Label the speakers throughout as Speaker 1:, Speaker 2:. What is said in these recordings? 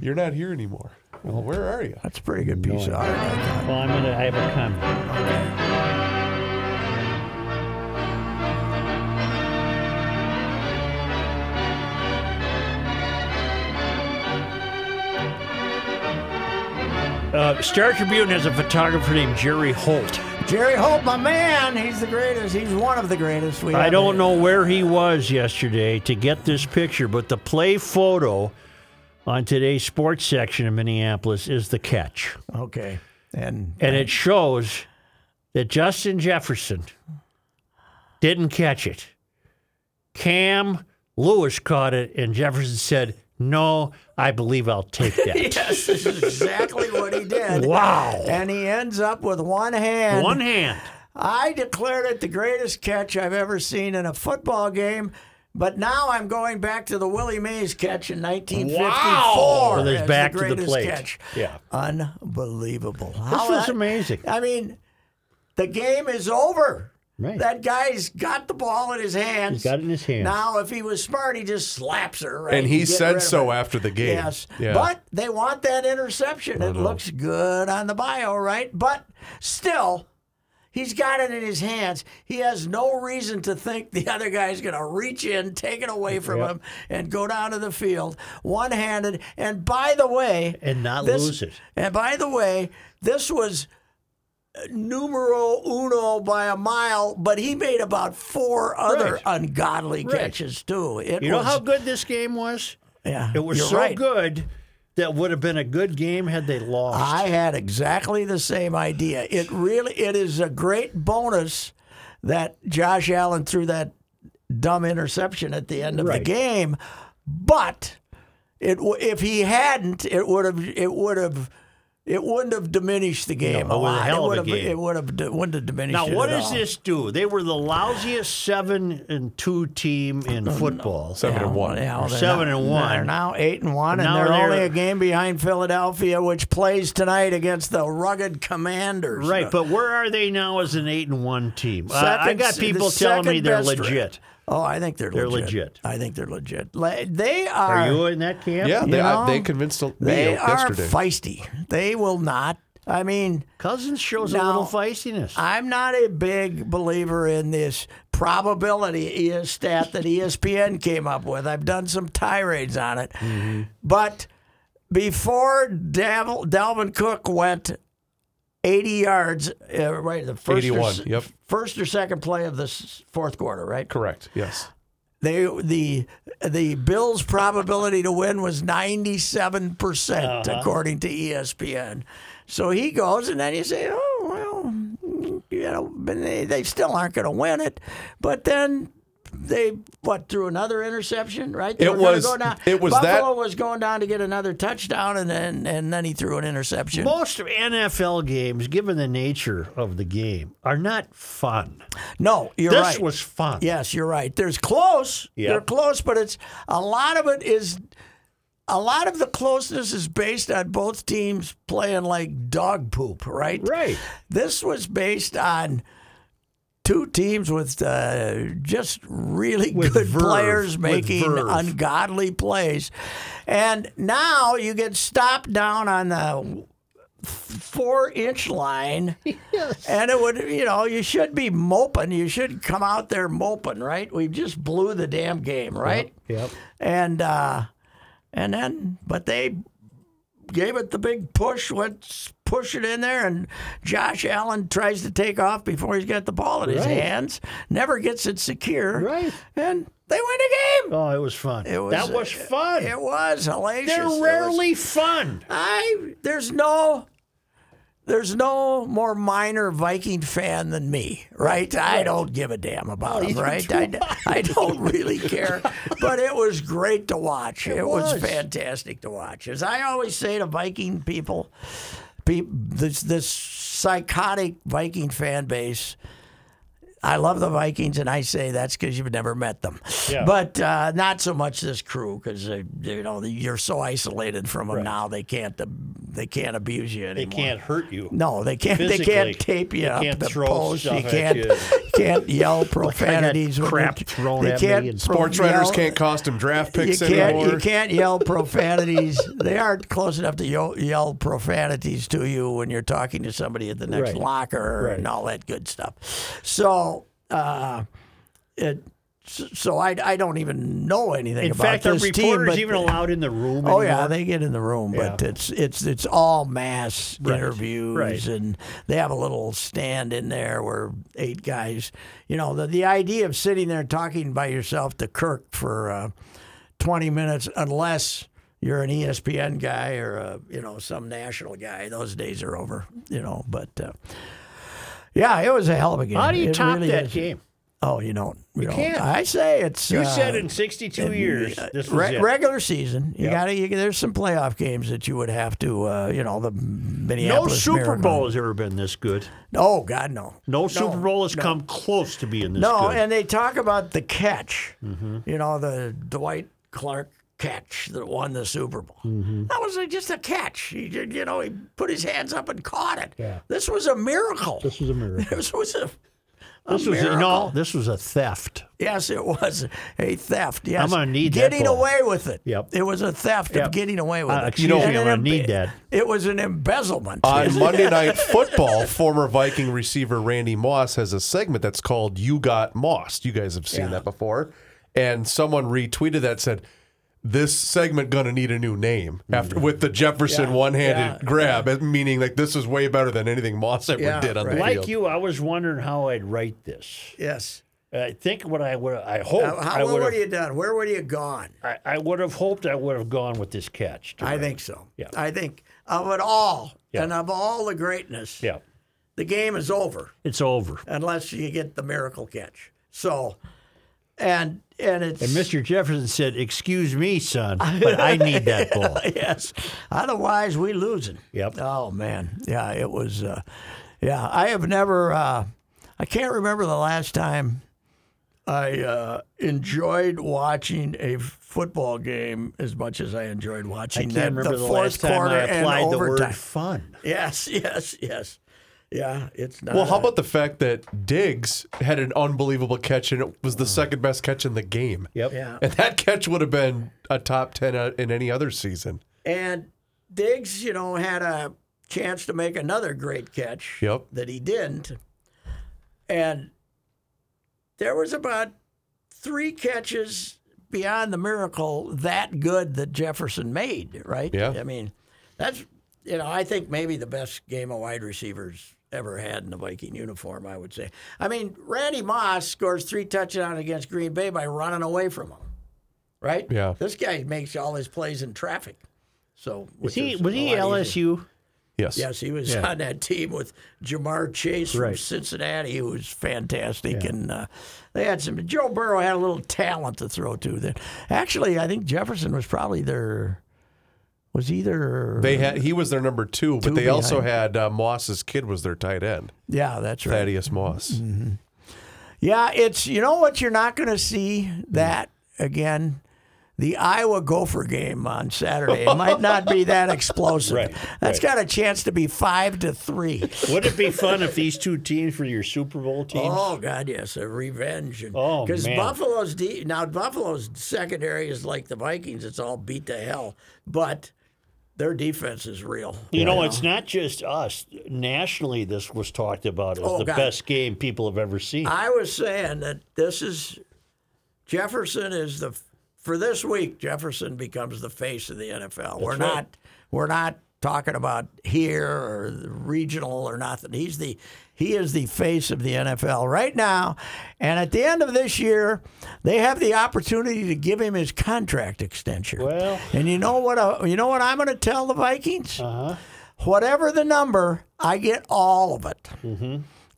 Speaker 1: You're not here anymore. Well, where are you?
Speaker 2: That's a pretty good piece of art.
Speaker 3: Well, I'm gonna. I have a comment. Uh, Star Tribune has a photographer named Jerry Holt.
Speaker 2: Jerry Holt, my man, he's the greatest. He's one of the greatest. We
Speaker 3: I
Speaker 2: have here.
Speaker 3: don't know where he was yesterday to get this picture, but the play photo on today's sports section in Minneapolis is the catch.
Speaker 2: Okay, and
Speaker 3: And it shows that Justin Jefferson didn't catch it. Cam Lewis caught it, and Jefferson said, No, I believe I'll take that.
Speaker 2: yes, this is exactly what he did.
Speaker 3: Wow.
Speaker 2: And he ends up with one hand.
Speaker 3: One hand.
Speaker 2: I declared it the greatest catch I've ever seen in a football game. But now I'm going back to the Willie Mays catch in 1954.
Speaker 3: So there's
Speaker 2: as
Speaker 3: back
Speaker 2: the
Speaker 3: to the
Speaker 2: greatest
Speaker 3: plate.
Speaker 2: Catch.
Speaker 3: Yeah.
Speaker 2: Unbelievable.
Speaker 3: This
Speaker 2: How
Speaker 3: was
Speaker 2: that-
Speaker 3: amazing.
Speaker 2: I mean, the game is over.
Speaker 3: Right.
Speaker 2: That guy's got the ball in his hands.
Speaker 3: He's got it in his hand.
Speaker 2: Now, if he was smart, he just slaps her. Right?
Speaker 1: And he
Speaker 2: Get rid
Speaker 1: said
Speaker 2: of
Speaker 1: so
Speaker 2: it.
Speaker 1: after the game.
Speaker 2: Yes.
Speaker 1: Yeah. Uh-huh.
Speaker 2: But they want that interception. It
Speaker 1: know.
Speaker 2: looks good on the bio, right? But still, he's got it in his hands. He has no reason to think the other guy's going to reach in, take it away from him, and go down to the field one handed. And by the way,
Speaker 3: And not
Speaker 2: this-
Speaker 3: lose it.
Speaker 2: And by the way, this was uh, numero uno by a mile, but he made about four other
Speaker 3: Right.
Speaker 2: ungodly
Speaker 3: Right.
Speaker 2: catches too. It
Speaker 3: You know
Speaker 2: was,
Speaker 3: how good this game was?
Speaker 2: yeah,
Speaker 3: It was
Speaker 2: you're
Speaker 3: so
Speaker 2: right.
Speaker 3: good that would have been a good game had they lost.
Speaker 2: I had exactly the same idea. It really it is a great bonus that Josh Allen threw that dumb interception at the end of
Speaker 3: Right.
Speaker 2: the game, but it w- if he hadn't, it would have it would have it wouldn't have diminished the game
Speaker 3: No, it
Speaker 2: a
Speaker 3: was a
Speaker 2: lot. it
Speaker 3: hell of a
Speaker 2: would have
Speaker 3: game.
Speaker 2: it would have d- wouldn't have diminished.
Speaker 3: now,
Speaker 2: it
Speaker 3: what
Speaker 2: at
Speaker 3: does
Speaker 2: all.
Speaker 3: this do? They were the lousiest seven and two team in football.
Speaker 1: Seven and one.
Speaker 2: Yeah,
Speaker 3: Or
Speaker 2: they're
Speaker 3: seven
Speaker 2: now-
Speaker 3: and one.
Speaker 2: They're now eight and one, and
Speaker 3: Now
Speaker 2: they're,
Speaker 3: they're-
Speaker 2: only a game behind Philadelphia, which plays tonight against the rugged Commanders.
Speaker 3: Right, but where are they now as an eight and one team? Uh, I
Speaker 2: Second-
Speaker 3: got
Speaker 2: the
Speaker 3: people telling me
Speaker 2: second
Speaker 3: they're
Speaker 2: best
Speaker 3: legit.
Speaker 2: Oh, I think they're
Speaker 3: They're
Speaker 2: legit.
Speaker 3: legit.
Speaker 2: I think they're legit. Le- They are.
Speaker 3: Are you in that camp?
Speaker 1: yeah, they, I-
Speaker 2: know,
Speaker 1: they convinced me
Speaker 2: They are
Speaker 1: yesterday.
Speaker 2: feisty. They will not. I mean,
Speaker 3: Cousins shows a
Speaker 2: Now,
Speaker 3: little feistiness.
Speaker 2: I'm not a big believer in this probability ES stat that E ESPN came up with. I've done some tirades on it.
Speaker 3: Mm-hmm.
Speaker 2: But before Dal- Dalvin Cook went 80 yards, uh, right, the first, or,
Speaker 1: 81,
Speaker 2: s-
Speaker 1: yep.
Speaker 2: first or second play of the s- fourth quarter, right?
Speaker 1: Correct. Yes.
Speaker 2: They the the Bills' probability to win was ninety seven percent
Speaker 1: Uh-huh.
Speaker 2: according to E ESPN. So he goes, and then you say, oh well, you know, but they, they still aren't going to win it. But then they what threw another interception, right? They
Speaker 1: It
Speaker 2: were gonna
Speaker 1: was-
Speaker 2: go down.
Speaker 1: it was that-
Speaker 2: Buffalo was going down to get another touchdown, and then and then he threw an interception.
Speaker 3: Most NFL games, given the nature of the game, are not fun.
Speaker 2: No, you're
Speaker 3: this
Speaker 2: right.
Speaker 3: was fun.
Speaker 2: Yes, you're right. There's close.
Speaker 3: Yeah.
Speaker 2: They're close, but it's a lot of it is a lot of the closeness is based on both teams playing like dog poop, right?
Speaker 3: Right.
Speaker 2: This was based on two teams with uh, just really
Speaker 3: With
Speaker 2: good
Speaker 3: verve,
Speaker 2: players
Speaker 3: with
Speaker 2: making
Speaker 3: verve.
Speaker 2: ungodly plays. And now you get stopped down on the four inch line. And it would, you know, you should be moping. You should come out there moping, right? We just blew the damn game, right?
Speaker 3: Yep.
Speaker 2: And uh, and then, but they gave it the big push. Let's push it in there. And Josh Allen tries to take off before he's got the ball in his
Speaker 3: Right.
Speaker 2: hands. Never gets it secure.
Speaker 3: Right.
Speaker 2: And they win the game.
Speaker 3: Oh, it was fun.
Speaker 2: It was-
Speaker 3: that was fun.
Speaker 2: It was hellacious. It
Speaker 3: They're
Speaker 2: was-
Speaker 3: rarely fun.
Speaker 2: I there's no there's no more minor Viking fan than me, right? I don't give a damn about them, right? I, I don't really care. But it was great to watch. It, was.
Speaker 3: was.
Speaker 2: fantastic to watch. As I always say to Viking people, peop this this psychotic Viking fan base. I love the Vikings, and I say that's because you've never met them.
Speaker 3: Yeah.
Speaker 2: But uh, not so much this crew because you know you're so isolated from them now they can't uh, they can't abuse you
Speaker 3: They
Speaker 2: anymore.
Speaker 3: can't hurt you.
Speaker 2: No, they can't. They
Speaker 3: Physically.
Speaker 2: can't tape you up
Speaker 3: can't
Speaker 2: the
Speaker 3: throw
Speaker 2: post. You
Speaker 3: stuff at
Speaker 2: can't.
Speaker 3: you.
Speaker 2: can't yell profanities. when
Speaker 3: crap
Speaker 2: you-
Speaker 3: thrown
Speaker 2: they
Speaker 3: at me
Speaker 2: can't
Speaker 3: and
Speaker 2: pro-
Speaker 3: sports
Speaker 1: Sports writers
Speaker 2: yell-
Speaker 1: can't cost him draft
Speaker 2: You
Speaker 1: picks
Speaker 2: can't.
Speaker 1: anymore.
Speaker 2: You can't yell profanities. they aren't close enough to yell, yell profanities to you when you're talking to somebody at the next
Speaker 3: Right.
Speaker 2: locker and all that good stuff. So. Uh, it, so I, I don't even know anything
Speaker 3: In
Speaker 2: about
Speaker 3: fact, are
Speaker 2: this
Speaker 3: reporters
Speaker 2: team. But
Speaker 3: even allowed in the room?
Speaker 2: Oh yeah,
Speaker 3: anymore?
Speaker 2: they get in the room, but
Speaker 3: Yeah.
Speaker 2: it's it's it's all mass
Speaker 3: Right,
Speaker 2: interviews,
Speaker 3: right.
Speaker 2: and they have a little stand in there where eight guys. You know, the the idea of sitting there talking by yourself to Kirk for uh, twenty minutes, unless you're an E ESPN guy or a, you know some national guy, those days are over. You know, but uh, yeah, it was a hell of a game.
Speaker 3: How do you
Speaker 2: It
Speaker 3: top
Speaker 2: really
Speaker 3: that
Speaker 2: is.
Speaker 3: game?
Speaker 2: Oh, you don't. You, don't.
Speaker 3: can't.
Speaker 2: I say it's.
Speaker 3: You
Speaker 2: uh,
Speaker 3: said in 62 years,
Speaker 2: uh,
Speaker 3: this was
Speaker 2: re-
Speaker 3: it.
Speaker 2: regular season. You
Speaker 3: Yep.
Speaker 2: got to. You, there's some playoff games that you would have to. Uh, you know the
Speaker 3: no
Speaker 2: Minneapolis.
Speaker 3: Super
Speaker 2: Marathon.
Speaker 3: Bowl has ever been this good.
Speaker 2: Oh God, no.
Speaker 3: No, Super Bowl has come close to being this
Speaker 2: No,
Speaker 3: good. Mm-hmm.
Speaker 2: and they talk about the catch. You know the Dwight Clark catch that won the Super Bowl.
Speaker 3: Mm-hmm.
Speaker 2: That was uh, just a catch. He, did- you know, he put his hands up and caught it.
Speaker 3: Yeah.
Speaker 2: This was a miracle.
Speaker 3: this was a miracle.
Speaker 2: This was a. a
Speaker 3: This was a,
Speaker 2: miracle.
Speaker 3: no, this was a theft.
Speaker 2: Yes, it was a theft. Yes,
Speaker 3: gonna need that
Speaker 2: getting
Speaker 3: ball.
Speaker 2: away with it.
Speaker 3: Yep.
Speaker 2: it was a theft
Speaker 3: Yep.
Speaker 2: of getting away with
Speaker 3: Uh,
Speaker 2: it.
Speaker 3: excuse
Speaker 1: me,
Speaker 2: And
Speaker 3: I'm
Speaker 2: an
Speaker 3: gonna
Speaker 2: embe-
Speaker 3: need that. Uh,
Speaker 2: It was an embezzlement.
Speaker 1: On Monday Night Football, former Viking receiver Randy Moss has a segment that's called You Got Mossed. You guys have seen that before. And someone retweeted that said, this segment gonna need a new name after with the Jefferson
Speaker 2: Yeah,
Speaker 1: one-handed
Speaker 2: yeah,
Speaker 1: grab, meaning like this is way better than anything Moss ever
Speaker 2: Yeah,
Speaker 1: did on
Speaker 2: right.
Speaker 1: the
Speaker 3: Like
Speaker 1: field.
Speaker 3: you, I was wondering how I'd write this.
Speaker 2: yes.
Speaker 3: I think what I would, I hope
Speaker 2: Now,
Speaker 3: I
Speaker 2: how, what
Speaker 3: would
Speaker 2: would
Speaker 3: have,
Speaker 2: you done? Where would you gone?
Speaker 3: I, I would have hoped I would have gone with this catch. to
Speaker 2: I
Speaker 3: it.
Speaker 2: think so.
Speaker 3: Yeah.
Speaker 2: I think of it all,
Speaker 3: Yeah.
Speaker 2: and of all the greatness,
Speaker 3: Yeah,
Speaker 2: the game is over
Speaker 3: it's over.
Speaker 2: unless you get the miracle catch. So, and and it's
Speaker 3: And Mr. Jefferson said, "Excuse me, son, but I need that ball."
Speaker 2: yes. Otherwise, we losing.
Speaker 3: Yep.
Speaker 2: Oh man, yeah, it was. Uh, yeah, I have never. Uh, I can't remember the last time I uh, enjoyed watching a football game as much as I enjoyed watching
Speaker 3: Can't
Speaker 2: that-
Speaker 3: remember the,
Speaker 2: the fourth
Speaker 3: last time
Speaker 2: quarter
Speaker 3: I
Speaker 2: and
Speaker 3: applied the
Speaker 2: overtime.
Speaker 3: word "fun."
Speaker 2: Yes, yes, yes. Yeah, it's not.
Speaker 1: Well, how
Speaker 2: a-
Speaker 1: about the fact that Diggs had an unbelievable catch and it
Speaker 2: Mm.
Speaker 1: was the second best catch in the game?
Speaker 3: Yep.
Speaker 2: Yeah,
Speaker 1: And that catch would have been a top 10 out in any other season.
Speaker 2: and Diggs, you know, had a chance to make another great catch.
Speaker 1: Yep.
Speaker 2: that he didn't. And there was about three catches beyond the miracle that good that Jefferson made, right?
Speaker 1: Yeah.
Speaker 2: I mean, that's you know, I think maybe the best game of wide receivers ever had in the Viking uniform, I would say. I mean, Randy Moss scores three touchdowns against Green Bay by running away from him. Right?
Speaker 1: Yeah.
Speaker 2: This guy makes all his plays in traffic. So
Speaker 3: Was
Speaker 2: which
Speaker 3: he
Speaker 2: is
Speaker 3: was
Speaker 2: a
Speaker 3: he
Speaker 2: lot easier.
Speaker 3: LSU?
Speaker 1: Yes.
Speaker 2: Yes, he was on that team with Jamar Chase from
Speaker 3: Right.
Speaker 2: Cincinnati, who was fantastic, and uh, they had some. Joe Burrow had a little talent to throw to. There, actually, I think Jefferson was probably their was either.
Speaker 1: They had he was their number 2, but
Speaker 2: Two
Speaker 1: they also had uh, Moss's kid was their tight end,
Speaker 2: yeah, that's right.
Speaker 1: Thaddeus Moss.
Speaker 2: Yeah, it's you know what you're not going to see that again. The Iowa Gopher game on Saturday it might not be that explosive.
Speaker 3: Right,
Speaker 2: That's got a chance to be five to three.
Speaker 3: Would it be fun if these two teams were your Super Bowl teams?
Speaker 2: Oh God, yes, a revenge. And,
Speaker 3: Oh,
Speaker 2: because
Speaker 3: man.
Speaker 2: Buffalo's de- now Buffalo's secondary is like the Vikings; it's all beat to hell. But their defense is real.
Speaker 3: You know, it's not just us. Nationally, this was talked about as
Speaker 2: Oh,
Speaker 3: the
Speaker 2: God.
Speaker 3: best game people have ever seen.
Speaker 2: I was saying that this is Jefferson is the for this week. Jefferson becomes the face of the NFL. we're not we're not talking about here or the regional or nothing. He's the he is the face of the NFL right now. And at the end of this year, they have the opportunity to give him his contract extension.
Speaker 3: Well-
Speaker 2: and you know what? uh, You know what I'm going to tell the Vikings. Whatever the number, I get all of it.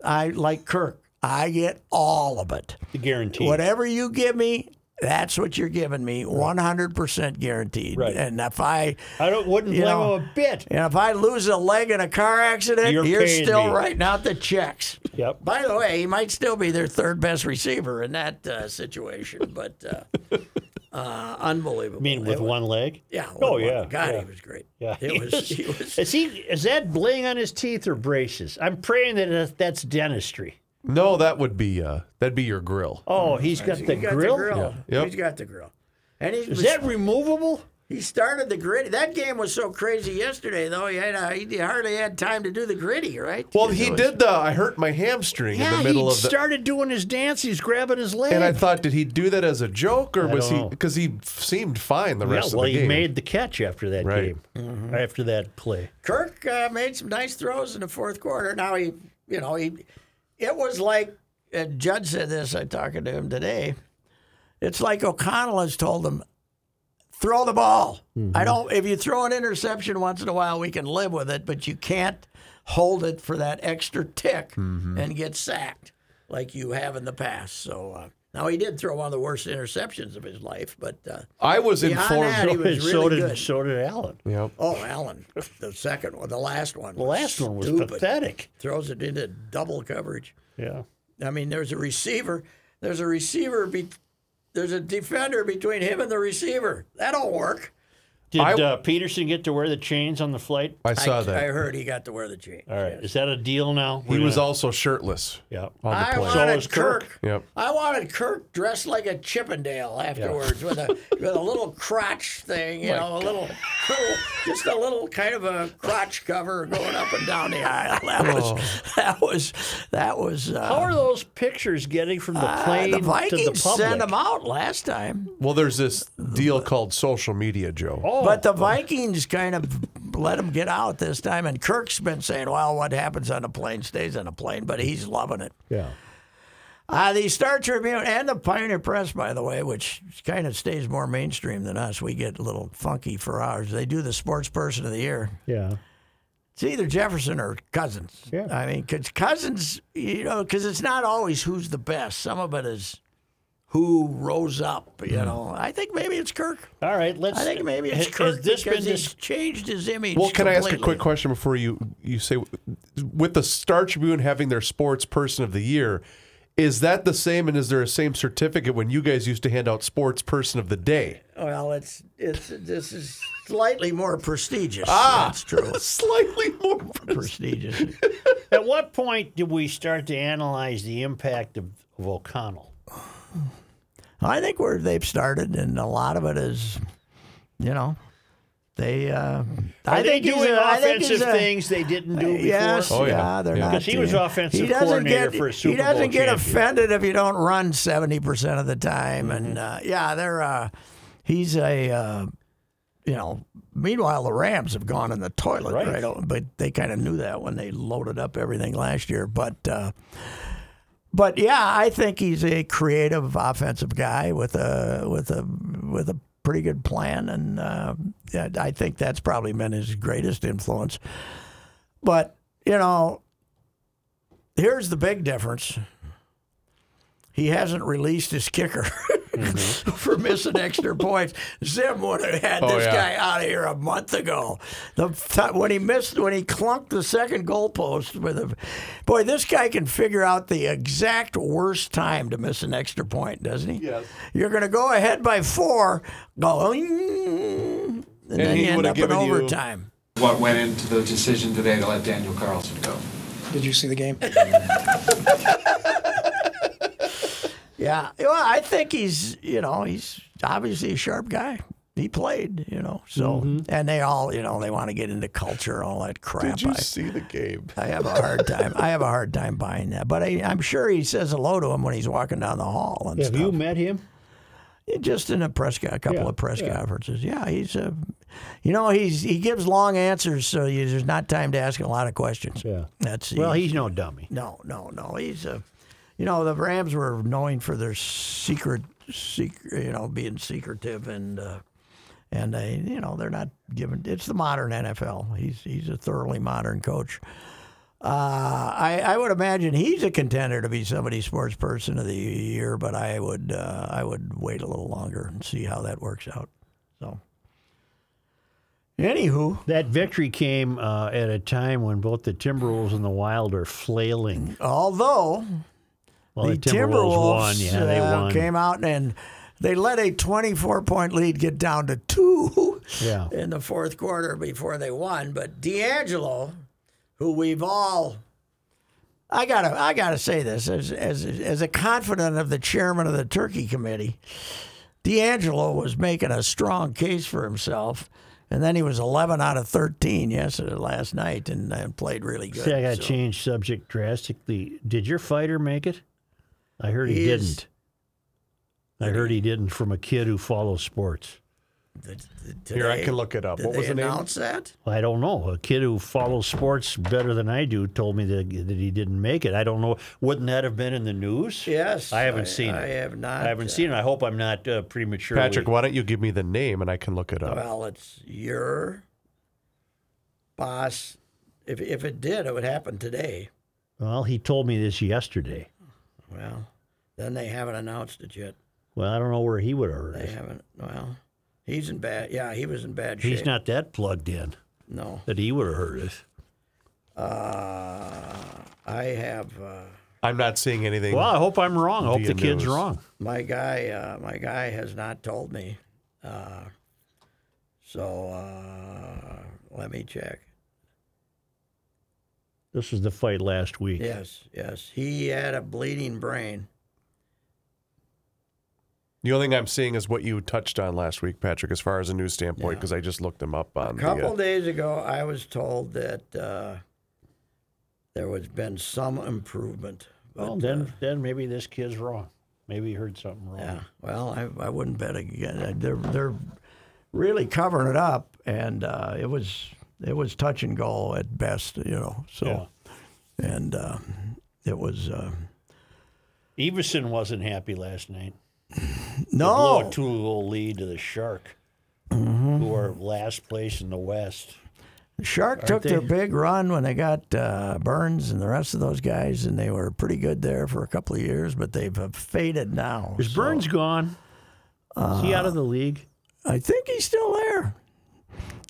Speaker 2: I like Kirk. I get all of it.
Speaker 3: Guaranteed.
Speaker 2: Whatever you give me, that's what you're giving me, 100% guaranteed.
Speaker 3: Right.
Speaker 2: And if I
Speaker 3: I don't wouldn't blame
Speaker 2: know,
Speaker 3: him a bit.
Speaker 2: and if I lose a leg in a car accident,
Speaker 3: You're
Speaker 2: you're,
Speaker 3: paying
Speaker 2: still
Speaker 3: me.
Speaker 2: writing out the checks.
Speaker 3: Yep.
Speaker 2: By the way, he might still be their third best receiver in that uh, situation, but uh, Uh, unbelievable.
Speaker 3: I mean,
Speaker 2: It
Speaker 3: with
Speaker 2: was-
Speaker 3: one leg.
Speaker 2: Yeah. with
Speaker 3: Oh,
Speaker 2: one.
Speaker 3: yeah,
Speaker 2: God,
Speaker 3: yeah.
Speaker 2: he was great.
Speaker 3: Yeah,
Speaker 2: It was. He was
Speaker 3: Is he? Is that bling on his teeth or braces? I'm praying that that's- that's dentistry.
Speaker 1: No, that would be uh, that'd be your grill.
Speaker 3: Oh, he's got, the,
Speaker 2: he got
Speaker 3: grill?
Speaker 2: the grill.
Speaker 1: Yep.
Speaker 2: He's got the grill. And he
Speaker 3: Is
Speaker 2: was-
Speaker 3: that removable?
Speaker 2: he started the gritty. That game was so crazy yesterday, though. He had a, he hardly had time to do the gritty, right?
Speaker 1: Well, he did the I hurt my hamstring in
Speaker 3: Yeah,
Speaker 1: the middle
Speaker 3: Ah, he
Speaker 1: of the
Speaker 3: started doing his dance. He's grabbing his leg.
Speaker 1: And I thought, did he do that as a joke, or
Speaker 3: I
Speaker 1: was
Speaker 3: don't
Speaker 1: he?
Speaker 3: know.
Speaker 1: Because he seemed fine the
Speaker 3: yeah,
Speaker 1: rest
Speaker 3: well,
Speaker 1: of the
Speaker 3: he
Speaker 1: game.
Speaker 3: made the catch after that
Speaker 1: Right.
Speaker 3: game,
Speaker 2: Mm-hmm.
Speaker 3: after that play.
Speaker 2: Kirk uh, made some nice throws in the fourth quarter. Now he, you know, he, it was like uh, Judd said this. I talking to him today. It's like O'Connell has told him, throw the ball.
Speaker 3: Mm-hmm.
Speaker 2: I don't. If you throw an interception once in a while, we can live with it, but you can't hold it for that extra tick
Speaker 3: Mm-hmm.
Speaker 2: and get sacked like you have in the past. So. Uh, now he did throw one of the worst interceptions of his life, but uh,
Speaker 1: I was
Speaker 2: Beyond
Speaker 1: informed.
Speaker 2: that, he was
Speaker 3: And so
Speaker 2: really
Speaker 3: did
Speaker 2: good.
Speaker 3: so did Allen.
Speaker 1: Yep.
Speaker 2: oh, Allen, the second one, the last one,
Speaker 3: The last one was
Speaker 2: stupid
Speaker 3: pathetic.
Speaker 2: throws it into double coverage.
Speaker 3: Yeah.
Speaker 2: I mean, there's a receiver. There's a receiver. Be, there's a defender between him and the receiver. That don't work.
Speaker 3: Did
Speaker 1: I-
Speaker 3: uh, Peterson get to wear the chains on the flight?
Speaker 1: I saw that.
Speaker 2: I heard he got to wear the chain.
Speaker 3: All right. Is that a deal now?
Speaker 1: he was also shirtless.
Speaker 3: Yeah.
Speaker 1: on the
Speaker 2: I
Speaker 1: play.
Speaker 3: So
Speaker 2: wanted
Speaker 3: was Kirk.
Speaker 2: Kirk.
Speaker 1: Yep.
Speaker 2: I wanted Kirk dressed like a Chippendale afterwards with a with a little crotch thing, you know, a little, little just a little kind of a crotch cover going up and down the aisle. That
Speaker 1: Oh.
Speaker 2: was that was that was uh,
Speaker 3: How are those pictures getting from the
Speaker 2: uh,
Speaker 3: plane
Speaker 2: the
Speaker 3: to the
Speaker 2: Vikings
Speaker 3: public?
Speaker 2: sent him out last time.
Speaker 1: Well, there's this deal called social media, Joe.
Speaker 3: Oh,
Speaker 2: But the Vikings kind of let him get out this time, and Kirk's been saying, "Well, what happens on a plane stays on a plane," but he's loving it.
Speaker 3: yeah.
Speaker 2: Uh, the Star Tribune and the Pioneer Press, by the way, which kind of stays more mainstream than us, we get a little funky for ours. They do the Sports Person of the Year.
Speaker 3: Yeah.
Speaker 2: It's either Jefferson or Cousins.
Speaker 3: Yeah.
Speaker 2: I mean, 'cause Cousins, you know, because it's not always who's the best. Some of it is who rose up. You know, I think maybe it's Kirk.
Speaker 3: All right. Let's.
Speaker 2: I think maybe it's
Speaker 3: has,
Speaker 2: Kirk
Speaker 3: has this been
Speaker 2: because
Speaker 3: dis-
Speaker 2: he's changed his image.
Speaker 1: Well, can I ask a
Speaker 2: completely.
Speaker 1: quick question before you you say with the Star Tribune having their sports person of the year, is that the same and is there a same certificate when you guys used to hand out sports person of the day?
Speaker 2: Well, it's it's this is slightly more prestigious. Ah, that's true.
Speaker 1: Slightly more.
Speaker 2: prestigious.
Speaker 3: At what point did we start to analyze the impact of, of O'Connell?
Speaker 2: I think where they've started, and a lot of it is, you know, they. Uh,
Speaker 3: Are
Speaker 2: I
Speaker 3: they
Speaker 2: think he's
Speaker 3: doing
Speaker 2: a- I think he's
Speaker 3: offensive
Speaker 2: a-
Speaker 3: things they didn't do
Speaker 2: Uh,
Speaker 3: before.
Speaker 2: Yes,
Speaker 1: Oh, yeah.
Speaker 2: yeah. they're
Speaker 1: Yeah.
Speaker 2: not.
Speaker 1: 'Cause
Speaker 3: he was
Speaker 2: uh,
Speaker 3: offensive
Speaker 2: he doesn't
Speaker 3: coordinator
Speaker 2: get,
Speaker 3: for a Super
Speaker 2: He doesn't
Speaker 3: Bowl
Speaker 2: get
Speaker 3: champion.
Speaker 2: offended if you don't run seventy percent of the time, and
Speaker 3: Mm-hmm.
Speaker 2: uh, yeah, they're. Uh, he's a. Uh, you know, meanwhile the Rams have gone in the toilet,
Speaker 3: Right.
Speaker 2: right? o- But they kind of knew that when they loaded up everything last year. But, uh, but yeah, I think he's a creative offensive guy with a with a with a pretty good plan, and uh, yeah, I think that's probably been his greatest influence. But you know, here's the big difference. He hasn't released his kicker for missing extra points. Zim would have had
Speaker 1: Mm-hmm. Oh,
Speaker 2: this
Speaker 1: yeah.
Speaker 2: guy out of here a month ago. The t- when he missed, when he clunked the second goalpost with a boy, this guy can figure out the exact worst time to miss an extra point, doesn't he?
Speaker 1: Yes.
Speaker 2: You're going to go ahead by four, go, and, then
Speaker 1: he
Speaker 2: you end
Speaker 1: would have
Speaker 2: up in
Speaker 1: given you-
Speaker 2: overtime.
Speaker 4: what went into the decision today to let Daniel Carlson go.
Speaker 5: Did you see the game?
Speaker 2: Yeah. Well, I think he's, you know, he's obviously a sharp guy. He played, you know. So,
Speaker 3: Mm-hmm.
Speaker 2: and they all, you know, they want to get into culture and all that crap. I,
Speaker 1: see the game?
Speaker 2: I have a hard time. I have a hard time buying that. But I, I'm sure he says hello to him when he's walking down the hall and
Speaker 3: Have
Speaker 2: stuff.
Speaker 3: you met him?
Speaker 2: Just in a press, co- a couple
Speaker 3: Yeah,
Speaker 2: of press
Speaker 3: yeah.
Speaker 2: conferences. Yeah, he's a, you know, he's he gives long answers, so you, there's not time to ask a lot of questions.
Speaker 3: Yeah.
Speaker 2: That's
Speaker 3: Well, he's no dummy.
Speaker 2: no, no, no. He's a, you know, the Rams were known for their secret, secret, you know, being secretive and, uh, and they, you know, they're not given. It's the modern NFL. He's he's a thoroughly modern coach. Uh, I, I would imagine he's a contender to be somebody's sports person of the year, but I would uh, I would wait a little longer and see how that works out. So, anywho,
Speaker 3: That victory came uh, at a time when both the Timberwolves and the Wild are flailing.
Speaker 2: although
Speaker 3: Well,
Speaker 2: the Timberwolves,
Speaker 3: won. Yeah, they
Speaker 2: uh,
Speaker 3: won.
Speaker 2: came out and They let a 24 point lead get down to two
Speaker 3: Yeah.
Speaker 2: in the fourth quarter before they won. But D'Angelo, who we've all I gotta, I gotta say this as, as, as a confidant of the chairman of the Turkey Committee, D'Angelo was making a strong case for himself, and then he was 11 out of 13 yesterday, last night, and, and played really good.
Speaker 3: See, I got
Speaker 2: So
Speaker 3: to change subject drastically. Did your fighter make it? I heard he,
Speaker 2: He is-
Speaker 3: didn't. I heard he didn't from a kid who follows sports.
Speaker 2: th- th-
Speaker 1: Here, I
Speaker 2: today-
Speaker 1: can look it up.
Speaker 2: Did
Speaker 1: What
Speaker 2: they
Speaker 1: was the name?
Speaker 2: announce that?
Speaker 3: I don't know. A kid who follows sports better than I do told me that, that he didn't make it. I don't know. Wouldn't that have been in the news?
Speaker 2: Yes,
Speaker 3: I haven't
Speaker 2: I-
Speaker 3: seen it.
Speaker 2: I have not,
Speaker 3: I haven't
Speaker 2: uh,
Speaker 3: seen it. I hope I'm not uh, premature.
Speaker 1: Patrick, why don't you give me the name and I can look it up?
Speaker 2: Well, it's your boss. If if it did, it would happen today.
Speaker 3: Well, he told me this yesterday.
Speaker 2: Well, then they haven't announced it yet.
Speaker 3: Well, I don't know where he would have heard
Speaker 2: They
Speaker 3: it.
Speaker 2: haven't. Well, he's in bad. Yeah, he was in bad shape.
Speaker 3: He's not that plugged in
Speaker 2: No.
Speaker 3: that he would have heard it.
Speaker 2: Uh, I have uh,
Speaker 1: I'm not seeing anything.
Speaker 3: Well, I hope I'm wrong. I hope
Speaker 1: Via
Speaker 3: the kid's
Speaker 1: news.
Speaker 3: wrong.
Speaker 2: my guy. Uh, my guy has not told me. Uh, so uh, let me check.
Speaker 3: This was the fight last week.
Speaker 2: Yes, yes. He had a bleeding brain.
Speaker 1: The only thing I'm seeing is what you touched on last week, Patrick, as far as a news standpoint,
Speaker 2: Yeah.
Speaker 1: because I just looked them up on
Speaker 2: A couple
Speaker 1: the. uh,
Speaker 2: days ago, I was told that uh, there was been some improvement. but,
Speaker 3: Well,
Speaker 2: uh,
Speaker 3: then, then maybe this kid's wrong. Maybe he heard something wrong.
Speaker 2: Yeah. Well, I, I wouldn't bet again. They're they're really covering it up, and uh, it was it was touch and go at best, you know. So, and uh, it was uh,
Speaker 3: Everson wasn't happy last night. Blow
Speaker 2: no.
Speaker 3: a two goal lead to the Shark, who are last place in the West.
Speaker 2: Shark took their
Speaker 3: they?
Speaker 2: big run when they got uh, Burns and the rest of those guys, and they were pretty good there for a couple of years, but they've uh, faded now.
Speaker 3: Is
Speaker 2: So,
Speaker 3: Burns gone? Is he out of the league?
Speaker 2: I think he's still there.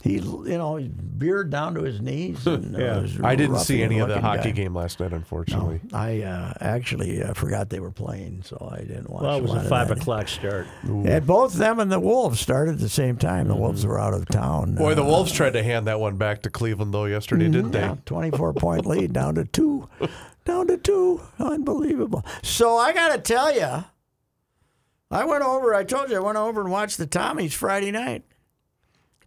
Speaker 2: He, you know, his beard down to his knees. And, uh,
Speaker 3: Yeah.
Speaker 2: was a
Speaker 1: I didn't see
Speaker 2: ruffian
Speaker 1: any of the
Speaker 2: looking
Speaker 1: hockey
Speaker 2: guy.
Speaker 1: game last night, unfortunately.
Speaker 2: I uh, actually uh, forgot they were playing, so I didn't watch.
Speaker 3: Well, it was
Speaker 2: lot
Speaker 3: a
Speaker 2: of
Speaker 3: five
Speaker 2: that.
Speaker 3: o'clock start.
Speaker 2: And both them and the Wolves started at the same time. The Wolves were out of town.
Speaker 1: Mm-hmm. Boy, the
Speaker 2: Uh,
Speaker 1: Wolves tried to hand that one back to Cleveland though yesterday, didn't they?
Speaker 2: Mm-hmm. yeah, twenty-four point lead down to two, down to two. Unbelievable. So I got to tell you, I went over. I told you I went over and watched the Tommies Friday night.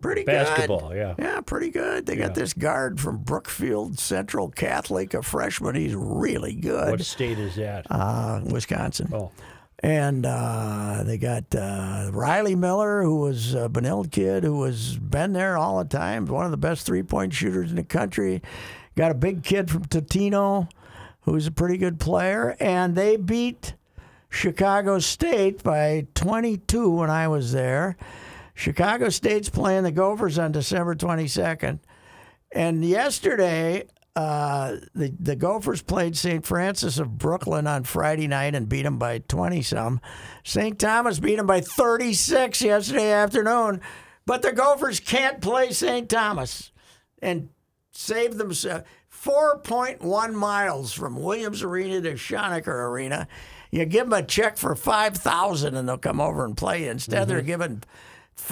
Speaker 2: Pretty good.
Speaker 3: Basketball, yeah.
Speaker 2: Yeah, pretty good. They got this guard from Brookfield Central Catholic, a freshman. He's really
Speaker 3: What
Speaker 2: good.
Speaker 3: state is that?
Speaker 2: Uh, Wisconsin.
Speaker 3: Oh,
Speaker 2: And uh, they got uh, Riley Miller, who was a Benilde kid, who was been there all the time, one of the best three point shooters in the country. Got a big kid from Totino, who's a pretty good player. And they beat Chicago State by 22 when I was there. Chicago State's playing the Gophers on December 22nd. And yesterday, uh, the the Gophers played St. Francis of Brooklyn on Friday night and beat them by twenty some. St. Thomas beat them by thirty six yesterday afternoon, but the Gophers can't play St. Thomas and save themselves. 4.1 miles from Williams Arena to Schoenecker Arena. You give them a check for 5000 and they'll come over and play. Instead, they're giving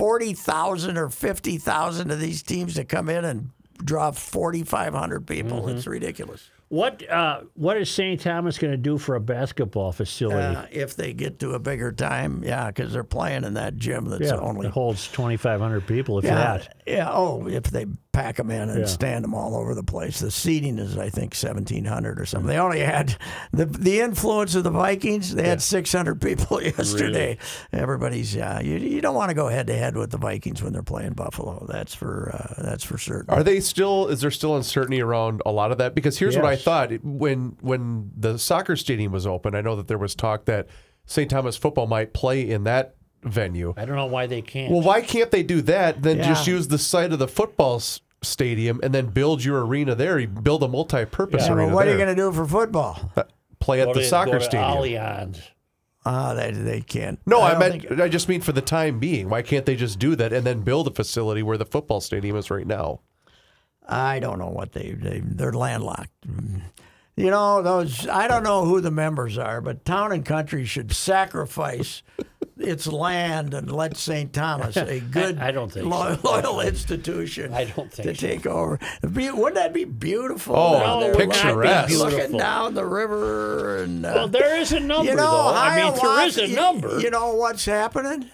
Speaker 2: 40,000 or 50,000 of these teams to come in and draw 4,500 people. It's ridiculous.
Speaker 3: what uh, what is St. Thomas going to do for a basketball facility?
Speaker 2: Uh, if they get to a bigger time, yeah, because they're playing in that gym that's
Speaker 3: yeah,
Speaker 2: only
Speaker 3: it holds twenty five hundred people. If
Speaker 2: Yeah,
Speaker 3: that,
Speaker 2: yeah. Oh, if they pack them in and stand them all over the place, the seating is I think seventeen hundred or something. They only had the the influence of the Vikings. They had six hundred people yesterday. Everybody's yeah. You, you don't want to go head to head with the Vikings when they're playing Buffalo. That's for uh, that's for certain.
Speaker 1: Are they still? Is there still uncertainty around a lot of that? Because here's what I
Speaker 3: Yes.
Speaker 1: thought when when the soccer stadium was open. I know that there was talk that St. Thomas football might play in that venue.
Speaker 3: I don't know why they can't.
Speaker 1: Well, why can't they do that? Then
Speaker 2: Yeah.
Speaker 1: just use the site of the football s- stadium and then build your arena there. You build a multi-purpose
Speaker 2: Yeah, but
Speaker 1: arena.
Speaker 2: what are you going to do for football?
Speaker 1: to play at
Speaker 3: Go
Speaker 1: the
Speaker 3: to-
Speaker 1: soccer
Speaker 3: go to
Speaker 1: stadium?
Speaker 3: Allianz.
Speaker 2: Ah, they they can't.
Speaker 1: No, I,
Speaker 2: don't
Speaker 1: meant
Speaker 2: think-
Speaker 1: I just mean for the time being. Why can't they just do that and then build a facility where the football stadium is right now?
Speaker 2: I don't know what they, they they're landlocked. You know those. I don't know who the members are, but town and country should sacrifice its land and let St. Thomas, a good,
Speaker 3: I don't think
Speaker 2: lo-
Speaker 3: so.
Speaker 2: loyal institution,
Speaker 3: I don't think
Speaker 2: to
Speaker 3: so.
Speaker 2: take over. It'd be- wouldn't that be beautiful?
Speaker 1: Oh,
Speaker 2: down there,
Speaker 1: picturesque.
Speaker 2: Looking
Speaker 3: Beautiful.
Speaker 2: down the river and uh,
Speaker 3: Well, there is a number,
Speaker 2: you know,
Speaker 3: though. I mean,
Speaker 2: Hiawatha,
Speaker 3: there is a
Speaker 2: you-
Speaker 3: number.
Speaker 2: You, know what's happening?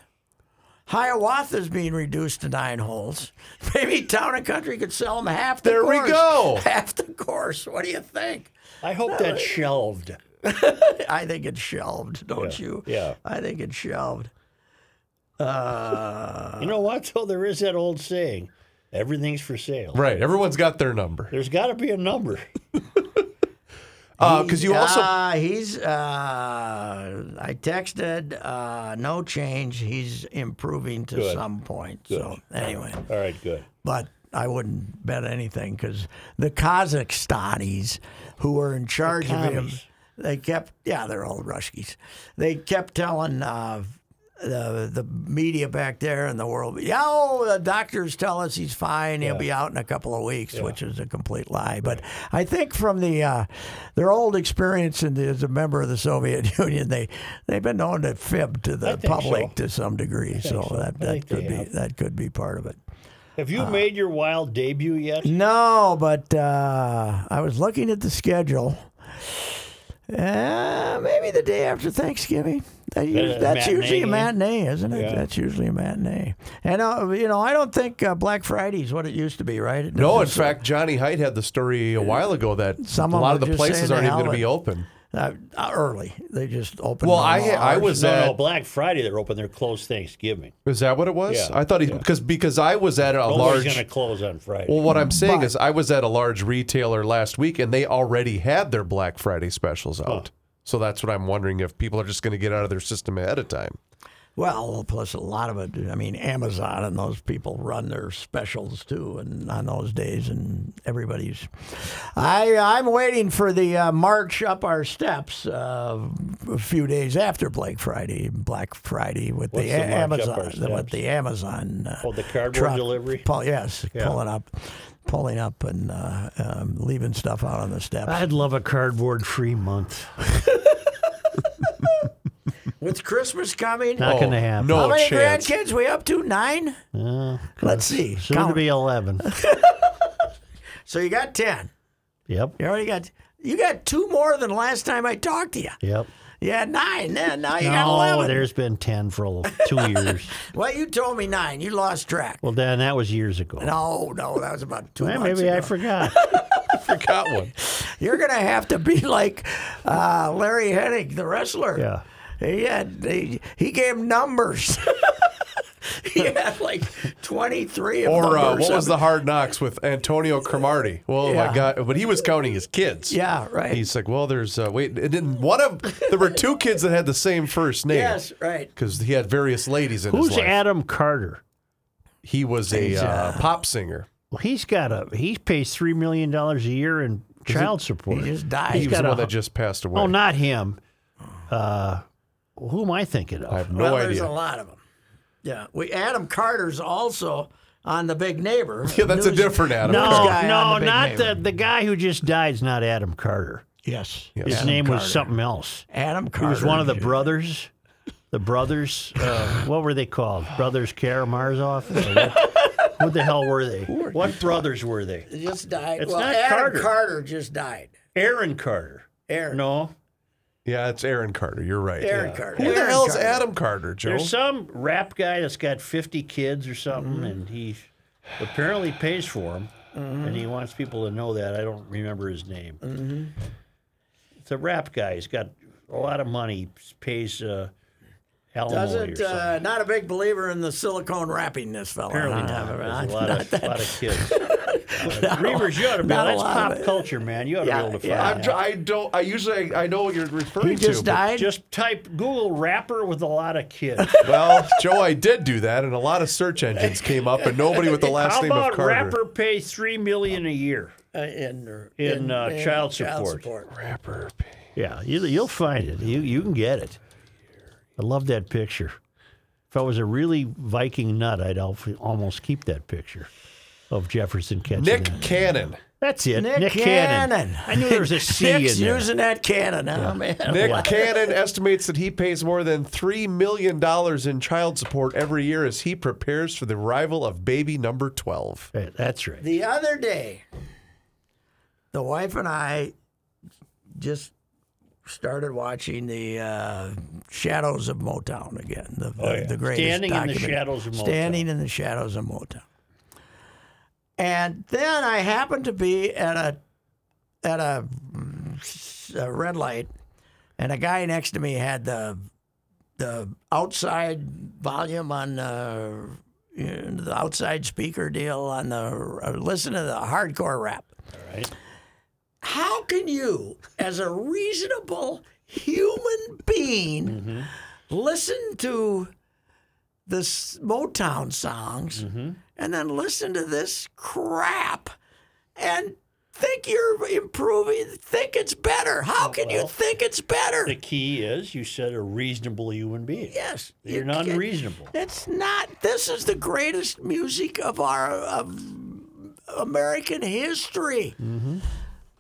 Speaker 2: Hiawatha's being reduced to nine holes. Maybe town and country could sell them half the
Speaker 1: There we
Speaker 2: course.
Speaker 1: go.
Speaker 2: Half the course. What do you think?
Speaker 3: I hope that's shelved.
Speaker 2: I think it's shelved, don't
Speaker 3: Yeah,
Speaker 2: you?
Speaker 3: yeah.
Speaker 2: I think it's shelved.
Speaker 3: you know what? So there is that old saying everything's for sale.
Speaker 1: Right. Everyone's got their number.
Speaker 3: There's got to be a number.
Speaker 1: Because you also
Speaker 2: Uh, he's. Uh, I texted. Uh, no change. He's improving to
Speaker 3: Good.
Speaker 2: some point. So anyway,
Speaker 3: All right, good.
Speaker 2: but I wouldn't bet anything because the Kazakhstanis who were in charge of him,
Speaker 3: commies.
Speaker 2: they kept. Yeah, they're old Ruskies. They kept telling. Uh, the, the media back there in the world, yeah, oh, the doctors tell us he's fine. He'll be out in a couple of weeks, which is a complete lie. But I think from the uh, their old experience in the, as a member of the Soviet Union, they they've been known to fib to the
Speaker 3: think
Speaker 2: public
Speaker 3: so.
Speaker 2: to some degree. So, that,
Speaker 3: think
Speaker 2: that
Speaker 3: they
Speaker 2: could be
Speaker 3: have.
Speaker 2: that could be part of it.
Speaker 3: Have you made your wild debut yet?
Speaker 2: No, but uh, I was looking at the schedule. Uh, maybe the day after Thanksgiving. That us-
Speaker 3: a
Speaker 2: that's usually a
Speaker 3: matinee?
Speaker 2: matinee, isn't it?
Speaker 3: Yeah.
Speaker 2: That's usually a matinee. And uh, you know, I don't think uh, Black Friday is what it used to be, right? It
Speaker 1: no. In
Speaker 2: doesn't-
Speaker 1: fact, Johnny Height had the story a while ago that
Speaker 2: Some
Speaker 1: a
Speaker 2: of
Speaker 1: lot
Speaker 2: them
Speaker 1: of the
Speaker 2: just
Speaker 1: places
Speaker 2: say
Speaker 1: aren't
Speaker 2: the
Speaker 1: even going
Speaker 2: hell
Speaker 1: to be open.
Speaker 2: uh, uh, early. They just opened.
Speaker 1: Well, I
Speaker 2: normal
Speaker 1: I
Speaker 2: hours.
Speaker 1: was
Speaker 3: No,
Speaker 1: at
Speaker 3: no, Black Friday they're open. They're closed Thanksgiving.
Speaker 1: is that what it was?
Speaker 3: Yeah,
Speaker 1: I thought he
Speaker 3: yeah.
Speaker 1: because because I was at a
Speaker 3: Nobody's
Speaker 1: large
Speaker 3: going to close on Friday.
Speaker 1: Well, what I'm saying
Speaker 2: But-
Speaker 1: is, I was at a large retailer last week, and they already had their Black Friday specials out. So that's what I'm wondering if people are just going to get out of their system ahead of time.
Speaker 2: Well, plus a lot of it. I mean, Amazon and those people run their specials too, and on those days, and everybody's. I I'm waiting for the uh, march up our steps uh, a few days after Black Friday, Black Friday with
Speaker 3: What's
Speaker 2: the,
Speaker 3: the
Speaker 2: A-
Speaker 3: march up
Speaker 2: Amazon,
Speaker 3: our
Speaker 2: the- with
Speaker 3: steps?
Speaker 2: the Amazon. Uh,
Speaker 3: Oh, the cardboard
Speaker 2: truck.
Speaker 3: delivery?
Speaker 2: Pull, yes, pulling up, pulling up, and uh, um, leaving stuff out on the steps.
Speaker 3: I'd love a cardboard free month.
Speaker 2: with Christmas coming,
Speaker 3: Not
Speaker 1: Oh,
Speaker 3: going to happen.
Speaker 1: no.
Speaker 2: how many
Speaker 1: chance.
Speaker 2: grandkids we up to? Nine. Let's see.
Speaker 3: Soon
Speaker 2: Count.
Speaker 3: to be 11.
Speaker 2: So you got ten.
Speaker 3: yep.
Speaker 2: You already got you got two more than last time I talked to you.
Speaker 3: Yep.
Speaker 2: You had nine then. Now you got
Speaker 3: No,
Speaker 2: eleven.
Speaker 3: there's been 10 for a little- two years.
Speaker 2: Well, you told me nine. You lost track.
Speaker 3: Well, then that was years ago.
Speaker 2: no, no, that was about two
Speaker 3: Eh,
Speaker 2: months
Speaker 3: maybe I
Speaker 2: ago.
Speaker 3: forgot.
Speaker 1: Forgot one.
Speaker 2: You're gonna have to be like uh, Larry Hennig, the wrestler.
Speaker 3: Yeah.
Speaker 2: He had he, he gave numbers. he had like twenty three.
Speaker 1: Or uh, what was the hard knocks with Antonio Cromartie? Well,
Speaker 2: Yeah.
Speaker 1: my God. But he was counting his kids.
Speaker 2: Yeah, right.
Speaker 1: He's like, well, there's, uh, wait, and then one of, there were two kids that had the same first name.
Speaker 2: yes, right.
Speaker 1: Because he had various ladies in
Speaker 3: Who's
Speaker 1: his life.
Speaker 3: Adam Carter?
Speaker 1: he was a uh, pop singer.
Speaker 3: Well, he's got a he pays three million dollars a year in child support.
Speaker 2: He just died.
Speaker 1: He was
Speaker 3: got
Speaker 1: the
Speaker 3: a
Speaker 1: one
Speaker 3: hu-
Speaker 1: that just passed away.
Speaker 3: oh, not him. Uh, who am I thinking
Speaker 1: I
Speaker 3: of?
Speaker 1: have no
Speaker 2: well, there's
Speaker 1: idea.
Speaker 2: a lot of them. Yeah, we Adam Carter's also on the Big Neighbor.
Speaker 1: yeah, that's a
Speaker 2: News-
Speaker 1: different Adam.
Speaker 3: No,
Speaker 1: Carter.
Speaker 2: guy on
Speaker 3: no,
Speaker 2: the Big
Speaker 3: not
Speaker 2: Neighbor.
Speaker 3: the the guy who just died. Is not Adam Carter.
Speaker 2: Yes.
Speaker 3: His
Speaker 1: Adam
Speaker 3: name
Speaker 2: Carter.
Speaker 3: was something else.
Speaker 2: Adam Carter.
Speaker 3: He was one of the brothers. The brothers, uh, what were they called? Brothers Karamazov? Or What, what the hell were they? What brothers were they?
Speaker 2: just died.
Speaker 3: It's
Speaker 2: well,
Speaker 3: not
Speaker 2: Adam
Speaker 3: Carter.
Speaker 2: just died.
Speaker 3: Aaron Carter.
Speaker 2: Aaron.
Speaker 3: No,
Speaker 1: Yeah, it's Aaron Carter. You're right.
Speaker 2: Aaron
Speaker 1: Yeah.
Speaker 2: Carter.
Speaker 1: Who the
Speaker 2: Aaron
Speaker 1: hell's
Speaker 2: Carter.
Speaker 1: Adam Carter, Joe?
Speaker 3: There's some rap guy that's got 50 kids or something,
Speaker 2: Mm-hmm.
Speaker 3: and he apparently pays for them,
Speaker 2: Mm-hmm.
Speaker 3: and he wants people to know that. I don't remember his name. It's a rap guy. He's got a lot of money. He Pays uh, alimony or
Speaker 2: Doesn't
Speaker 3: something.
Speaker 2: uh, not a big believer in the silicone wrapping this fella.
Speaker 3: apparently
Speaker 2: Huh?
Speaker 3: not.
Speaker 2: Not-
Speaker 3: There's a lot
Speaker 2: not
Speaker 3: of,
Speaker 2: that-
Speaker 3: lot of kids. Reavers, you ought to be.
Speaker 2: not a
Speaker 3: That's
Speaker 2: lot of
Speaker 3: pop
Speaker 2: it.
Speaker 3: culture, man. You ought to
Speaker 2: Yeah,
Speaker 3: be able to
Speaker 2: yeah.
Speaker 3: find
Speaker 1: I'm
Speaker 3: that.
Speaker 1: tr- I don't. I usually I know what you're referring
Speaker 2: He just
Speaker 1: to. but-
Speaker 2: died.
Speaker 3: Just type Google rapper with a lot of kids.
Speaker 1: Well, Joe, I did do that, and a lot of search engines came up, and nobody with the last
Speaker 3: How
Speaker 1: name of
Speaker 3: about
Speaker 1: Carter.
Speaker 3: rapper pays three million a year?
Speaker 2: uh, in,
Speaker 3: in, uh, child support.
Speaker 1: Rapper.
Speaker 3: Yeah, you, you'll find it. You you can get it. I love that picture. If I was a really Viking nut, I'd al- almost keep that picture of Jefferson catching
Speaker 1: Nick
Speaker 3: that.
Speaker 1: Cannon.
Speaker 3: That's it.
Speaker 2: Nick, Cannon.
Speaker 3: I knew there was a C
Speaker 2: Nick's
Speaker 3: in there.
Speaker 2: using that cannon. Oh, man.
Speaker 1: Nick
Speaker 3: Wow.
Speaker 1: Cannon estimates that he pays more than $3 million in child support every year as he prepares for the arrival of baby number 12.
Speaker 3: Right, That's right.
Speaker 2: The other day, the wife and I just started watching the uh, Shadows of Motown again. The, the, the greatest
Speaker 3: Standing in the
Speaker 2: documentary.
Speaker 3: Shadows of Motown.
Speaker 2: Standing in the Shadows of Motown. And then I happened to be at a at a, mm, a red light, and a guy next to me had the the outside volume on uh, the, you know, the outside speaker deal on the uh, listen to the hardcore rap.
Speaker 3: right.
Speaker 2: How can you, as a reasonable human being, listen to the s- Motown songs and then listen to this crap and think you're improving, think it's better? How can you think it's better?
Speaker 3: The key is you said a reasonable human being.
Speaker 2: Yes, you
Speaker 3: You're not
Speaker 2: can't-
Speaker 3: reasonable.
Speaker 2: That's not. This is the greatest music of our of American history.
Speaker 3: Mm-hmm.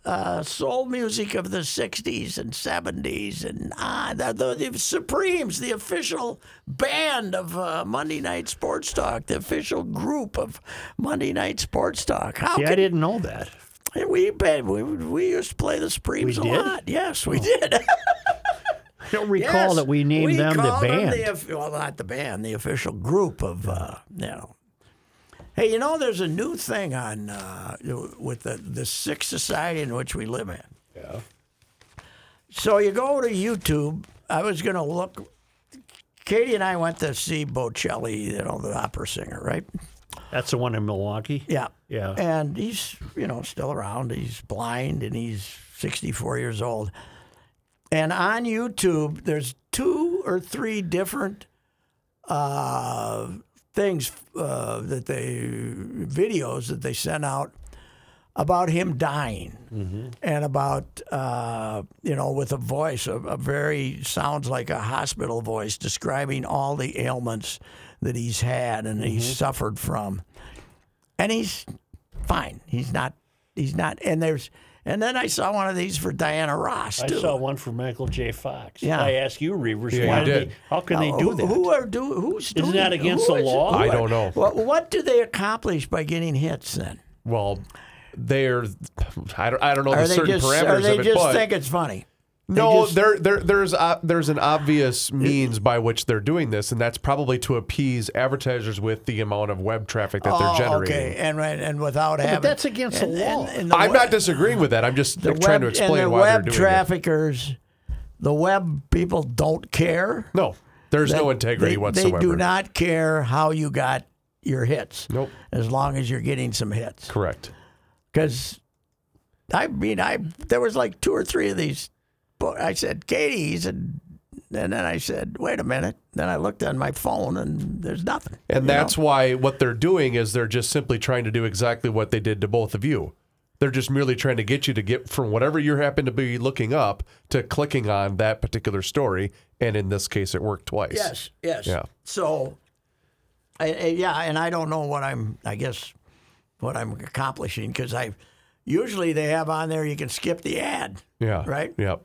Speaker 2: Uh, soul music of the '60s and '70s, and uh, the, the, the Supremes, the official band of uh, Monday Night Sports Talk, the official group of Monday Night Sports Talk. How
Speaker 3: Yeah, I
Speaker 2: can
Speaker 3: didn't know that.
Speaker 2: we, we we used to play the Supremes
Speaker 3: We
Speaker 2: a
Speaker 3: did? Oh.
Speaker 2: lot? Yes, we did.
Speaker 3: I don't recall
Speaker 2: Yes,
Speaker 3: that we named
Speaker 2: we
Speaker 3: them the
Speaker 2: called them
Speaker 3: band.
Speaker 2: of- well, not the band, the official group of, uh, you know. Hey, you know, there's a new thing on uh, with the, the sick society in which we live in. Yeah. So you go to YouTube. I was going to look. Katie and I went to see Bocelli, you know, the opera singer, right?
Speaker 3: That's the one in Milwaukee.
Speaker 2: Yeah.
Speaker 3: Yeah.
Speaker 2: And he's, you know, still around. He's blind and he's 64 years old. And on YouTube, there's two or three different uh, things uh, that they, videos that they sent out about him dying
Speaker 3: Mm-hmm.
Speaker 2: and about, uh, you know, with a voice, a, a very, sounds like a hospital voice describing all the ailments that he's had and
Speaker 3: Mm-hmm.
Speaker 2: he's suffered from and he's fine. He's not. He's not. And there's. And then I saw one of these for Diana Ross
Speaker 3: I
Speaker 2: too.
Speaker 3: saw one for Michael J. Fox.
Speaker 2: Yeah.
Speaker 3: I asked you, Reavers,
Speaker 1: Yeah,
Speaker 3: why
Speaker 1: you
Speaker 3: did
Speaker 1: did.
Speaker 3: They, how can
Speaker 2: Now,
Speaker 3: they do
Speaker 2: who-
Speaker 3: that?
Speaker 2: Who are do? Who's
Speaker 3: Isn't
Speaker 2: doing-
Speaker 3: that against
Speaker 2: who
Speaker 3: the
Speaker 2: is-
Speaker 3: law?
Speaker 2: who
Speaker 1: I
Speaker 2: are-
Speaker 1: don't know.
Speaker 2: What, what do they accomplish by getting hits then?
Speaker 1: Well, they're I don't, I don't know
Speaker 2: Are
Speaker 1: the
Speaker 2: they
Speaker 1: certain
Speaker 2: just?
Speaker 1: parameters
Speaker 2: Are they
Speaker 1: of it,
Speaker 2: just
Speaker 1: but
Speaker 2: think it's funny?
Speaker 1: no,
Speaker 2: just-
Speaker 1: there there there's uh, there's an obvious means by which they're doing this, and that's probably to appease advertisers with the amount of web traffic that
Speaker 2: oh,
Speaker 1: they're generating.
Speaker 2: okay, and right, and without having.
Speaker 3: that's against the
Speaker 2: and-
Speaker 3: law.
Speaker 2: and- and the
Speaker 1: I'm
Speaker 2: web-
Speaker 1: not disagreeing with that. I'm just
Speaker 2: the
Speaker 1: trying
Speaker 2: web-
Speaker 1: to
Speaker 2: and
Speaker 1: explain
Speaker 2: the
Speaker 1: why they're
Speaker 2: web
Speaker 1: doing
Speaker 2: traffickers, the web people don't care.
Speaker 1: it. No, there's no
Speaker 2: that
Speaker 1: integrity
Speaker 2: they,
Speaker 1: whatsoever.
Speaker 2: They do not care how you got your hits.
Speaker 1: Nope.
Speaker 2: As long as you're getting some hits.
Speaker 1: Correct.
Speaker 2: Because, I mean, I there was like two or three of these. But I said, Katie, he said, and then I said, wait a minute. Then I looked on my phone and there's nothing.
Speaker 1: And
Speaker 2: you
Speaker 1: that's
Speaker 2: know?
Speaker 1: why what they're doing is they're just simply trying to do exactly what they did to both of you. They're just merely trying to get you to get from whatever you happen to be looking up to clicking on that particular story. And in this case, it worked twice.
Speaker 2: Yes, yes.
Speaker 1: Yeah.
Speaker 2: So, I, I- yeah, and I don't know what I'm. I guess what I'm accomplishing because I usually they have on there you can skip the ad.
Speaker 1: Yeah.
Speaker 2: Right?
Speaker 1: Yeah.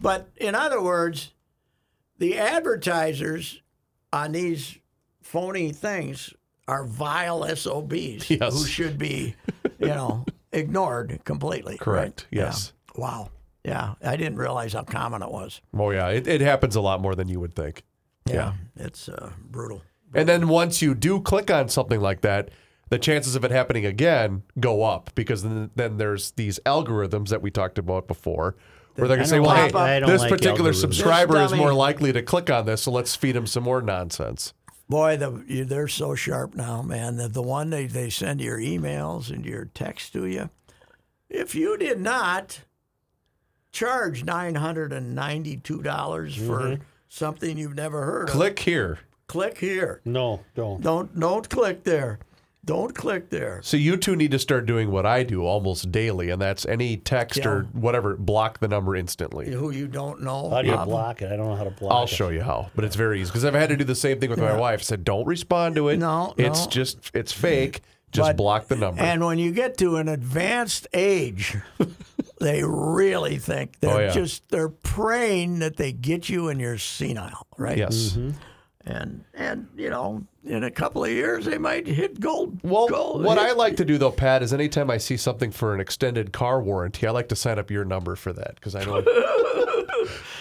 Speaker 2: But in other words, the advertisers on these phony things are vile SOBs
Speaker 1: Yes.
Speaker 2: who should be, you know, ignored completely.
Speaker 1: Correct.
Speaker 2: right? Yeah.
Speaker 1: Yes.
Speaker 2: Wow. Yeah. I didn't realize how common it was.
Speaker 1: Oh, yeah. It, it happens a lot more than you would think.
Speaker 2: Yeah. It's uh, brutal.
Speaker 1: And then once you do click on something like that, the chances of it happening again go up because then, then there's these algorithms that we talked about before where they're going to say,
Speaker 3: don't
Speaker 1: well,
Speaker 3: like-
Speaker 1: hey,
Speaker 3: I don't
Speaker 1: this
Speaker 3: like
Speaker 1: particular
Speaker 3: algorithms.
Speaker 1: subscriber
Speaker 2: This
Speaker 1: is more
Speaker 2: dummy-
Speaker 1: likely to click on this, so let's feed him some more nonsense.
Speaker 2: Boy, the, you- they're so sharp now, man. The, the one they, they send your emails and your texts to you. If you did not charge $992 dollars for something you've never heard of,
Speaker 1: Click here.
Speaker 2: click here.
Speaker 3: No, don't.
Speaker 2: Don't don't click there. Don't click there.
Speaker 1: So you two need to start doing what I do almost daily, and that's any text or whatever, block the number instantly.
Speaker 2: Who you don't know.
Speaker 3: How do you
Speaker 2: Bob.
Speaker 3: block it? I don't know how to block
Speaker 1: I'll
Speaker 3: it.
Speaker 1: show you how, but it's very easy because I've had to do the same thing with my wife. Said, don't respond to it.
Speaker 2: No,
Speaker 1: it's
Speaker 2: no.
Speaker 1: just it's fake. Just
Speaker 2: But-
Speaker 1: block the number.
Speaker 2: And when you get to an advanced age, they really think they're
Speaker 1: Oh, yeah.
Speaker 2: just they're praying that they get you and you're senile, right?
Speaker 1: yes.
Speaker 2: And and you know, in a couple of years they might hit gold.
Speaker 1: Well,
Speaker 2: gold,
Speaker 1: what
Speaker 2: hit-
Speaker 1: I like to do though, Pat, is anytime I see something for an extended car warranty, I like to sign up your number for that because I know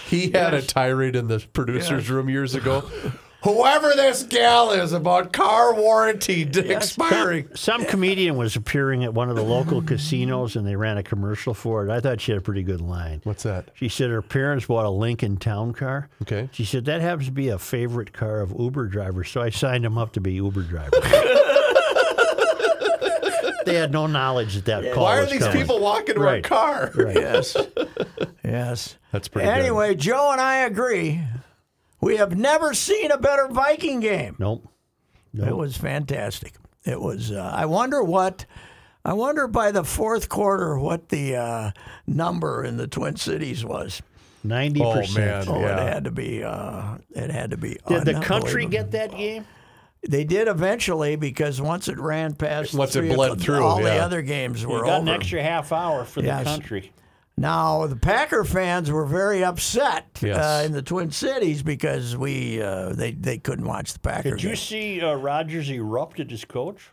Speaker 1: he had a tirade in the producers' room years ago. Whoever this gal is about car warranty d- expiring.
Speaker 3: Some comedian was appearing at one of the local casinos and they ran a commercial for it. I thought she had a pretty good line.
Speaker 1: What's that?
Speaker 3: She said her parents bought a Lincoln Town Car.
Speaker 1: Okay.
Speaker 3: She said that happens to be a favorite car of Uber drivers, so I signed them up to be Uber drivers. they had no knowledge that that call
Speaker 1: Why are
Speaker 3: was
Speaker 1: these
Speaker 3: coming.
Speaker 1: people walking to
Speaker 3: Right.
Speaker 1: a car?
Speaker 2: Yes. yes.
Speaker 1: That's pretty good.
Speaker 2: Anyway, Joe and I agree. We have never seen a better Viking game.
Speaker 3: Nope.
Speaker 2: It was fantastic. It was. Uh, I wonder what. I wonder by the fourth quarter what the uh, number in the Twin Cities was.
Speaker 3: Ninety
Speaker 1: Oh man,
Speaker 3: percent.
Speaker 2: Oh, it
Speaker 1: yeah.
Speaker 2: had to be. Uh, it had to be.
Speaker 3: Did the country
Speaker 2: unbelievable.
Speaker 3: get that game?
Speaker 2: They did eventually because once it ran past.
Speaker 1: Once it
Speaker 2: three
Speaker 1: bled
Speaker 2: o'clock,
Speaker 1: through,
Speaker 2: All the
Speaker 1: yeah.
Speaker 2: other games
Speaker 3: We
Speaker 2: were
Speaker 3: got an
Speaker 2: over.
Speaker 3: extra half hour for
Speaker 2: Yes.
Speaker 3: the country.
Speaker 2: Now the Packer fans were very upset uh,
Speaker 1: Yes.
Speaker 2: in the Twin Cities because we uh, they they couldn't watch the Packer.
Speaker 3: Did you
Speaker 2: game.
Speaker 3: see uh, Rogers erupt at his coach?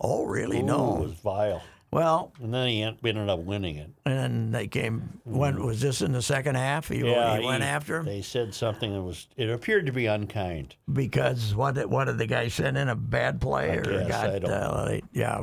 Speaker 2: Oh, really?
Speaker 3: Ooh, it was
Speaker 2: No.
Speaker 3: vile.
Speaker 2: Well,
Speaker 3: And then he en- ended up winning it.
Speaker 2: and then they came. When was this in the second half? He, he went
Speaker 3: Oh, he-
Speaker 2: after him
Speaker 3: They said something that was. It appeared to be unkind.
Speaker 2: because what? Did, what did the guy send in a bad play or
Speaker 3: guess,
Speaker 2: got?
Speaker 3: I don't
Speaker 2: uh, they- yeah.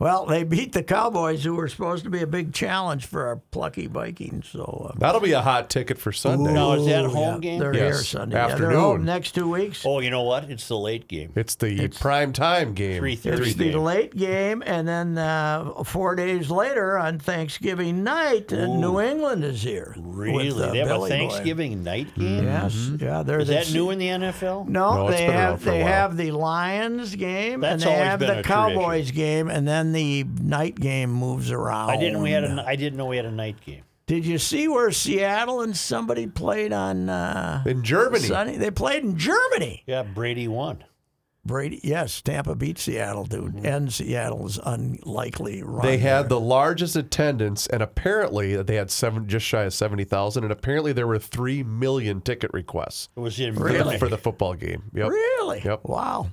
Speaker 2: Well, they beat the Cowboys, who were supposed to be a big challenge for our plucky Vikings. So uh,
Speaker 1: That'll be a hot ticket for Sunday.
Speaker 3: Now is that
Speaker 2: ooh,
Speaker 3: a home
Speaker 2: yeah,
Speaker 3: game?
Speaker 2: They're
Speaker 1: Yes,
Speaker 2: here Sunday. Yeah, they're home
Speaker 1: afternoon.
Speaker 2: next two weeks.
Speaker 3: Oh, you know what? It's the late game.
Speaker 1: It's the prime time game.
Speaker 3: Three
Speaker 2: It's
Speaker 3: thirty.
Speaker 2: the late game, and then uh, four days later on Thanksgiving night, uh, New England is here. with,
Speaker 3: Really?
Speaker 2: uh,
Speaker 3: They have
Speaker 2: Billy
Speaker 3: a
Speaker 2: Boy.
Speaker 3: Thanksgiving night game.
Speaker 2: Yes, yeah. They're
Speaker 3: Is
Speaker 2: the-
Speaker 3: that new in the NFL?
Speaker 2: No,
Speaker 1: No, it's
Speaker 2: they
Speaker 1: been around
Speaker 2: have
Speaker 1: for a
Speaker 2: they
Speaker 1: while.
Speaker 2: have the Lions game, and
Speaker 3: That's
Speaker 2: they
Speaker 3: always
Speaker 2: have
Speaker 3: been
Speaker 2: the
Speaker 3: a
Speaker 2: Cowboys game, and then the night game moves around.
Speaker 3: I didn't. We had. A, I didn't know we had a night game.
Speaker 2: Did you see where Seattle and somebody played on uh,
Speaker 1: in Germany.
Speaker 2: Sunday? They played in Germany.
Speaker 3: Yeah, Brady won.
Speaker 2: Brady, yes, Tampa beat Seattle, dude, and Seattle's unlikely run.
Speaker 1: They had the largest attendance, and apparently they had seven, just shy of seventy thousand, and apparently there were three million ticket requests
Speaker 3: It was in
Speaker 2: Really?
Speaker 3: Munich.
Speaker 1: for the football game. Yep.
Speaker 2: Really?
Speaker 1: Yep.
Speaker 2: Wow.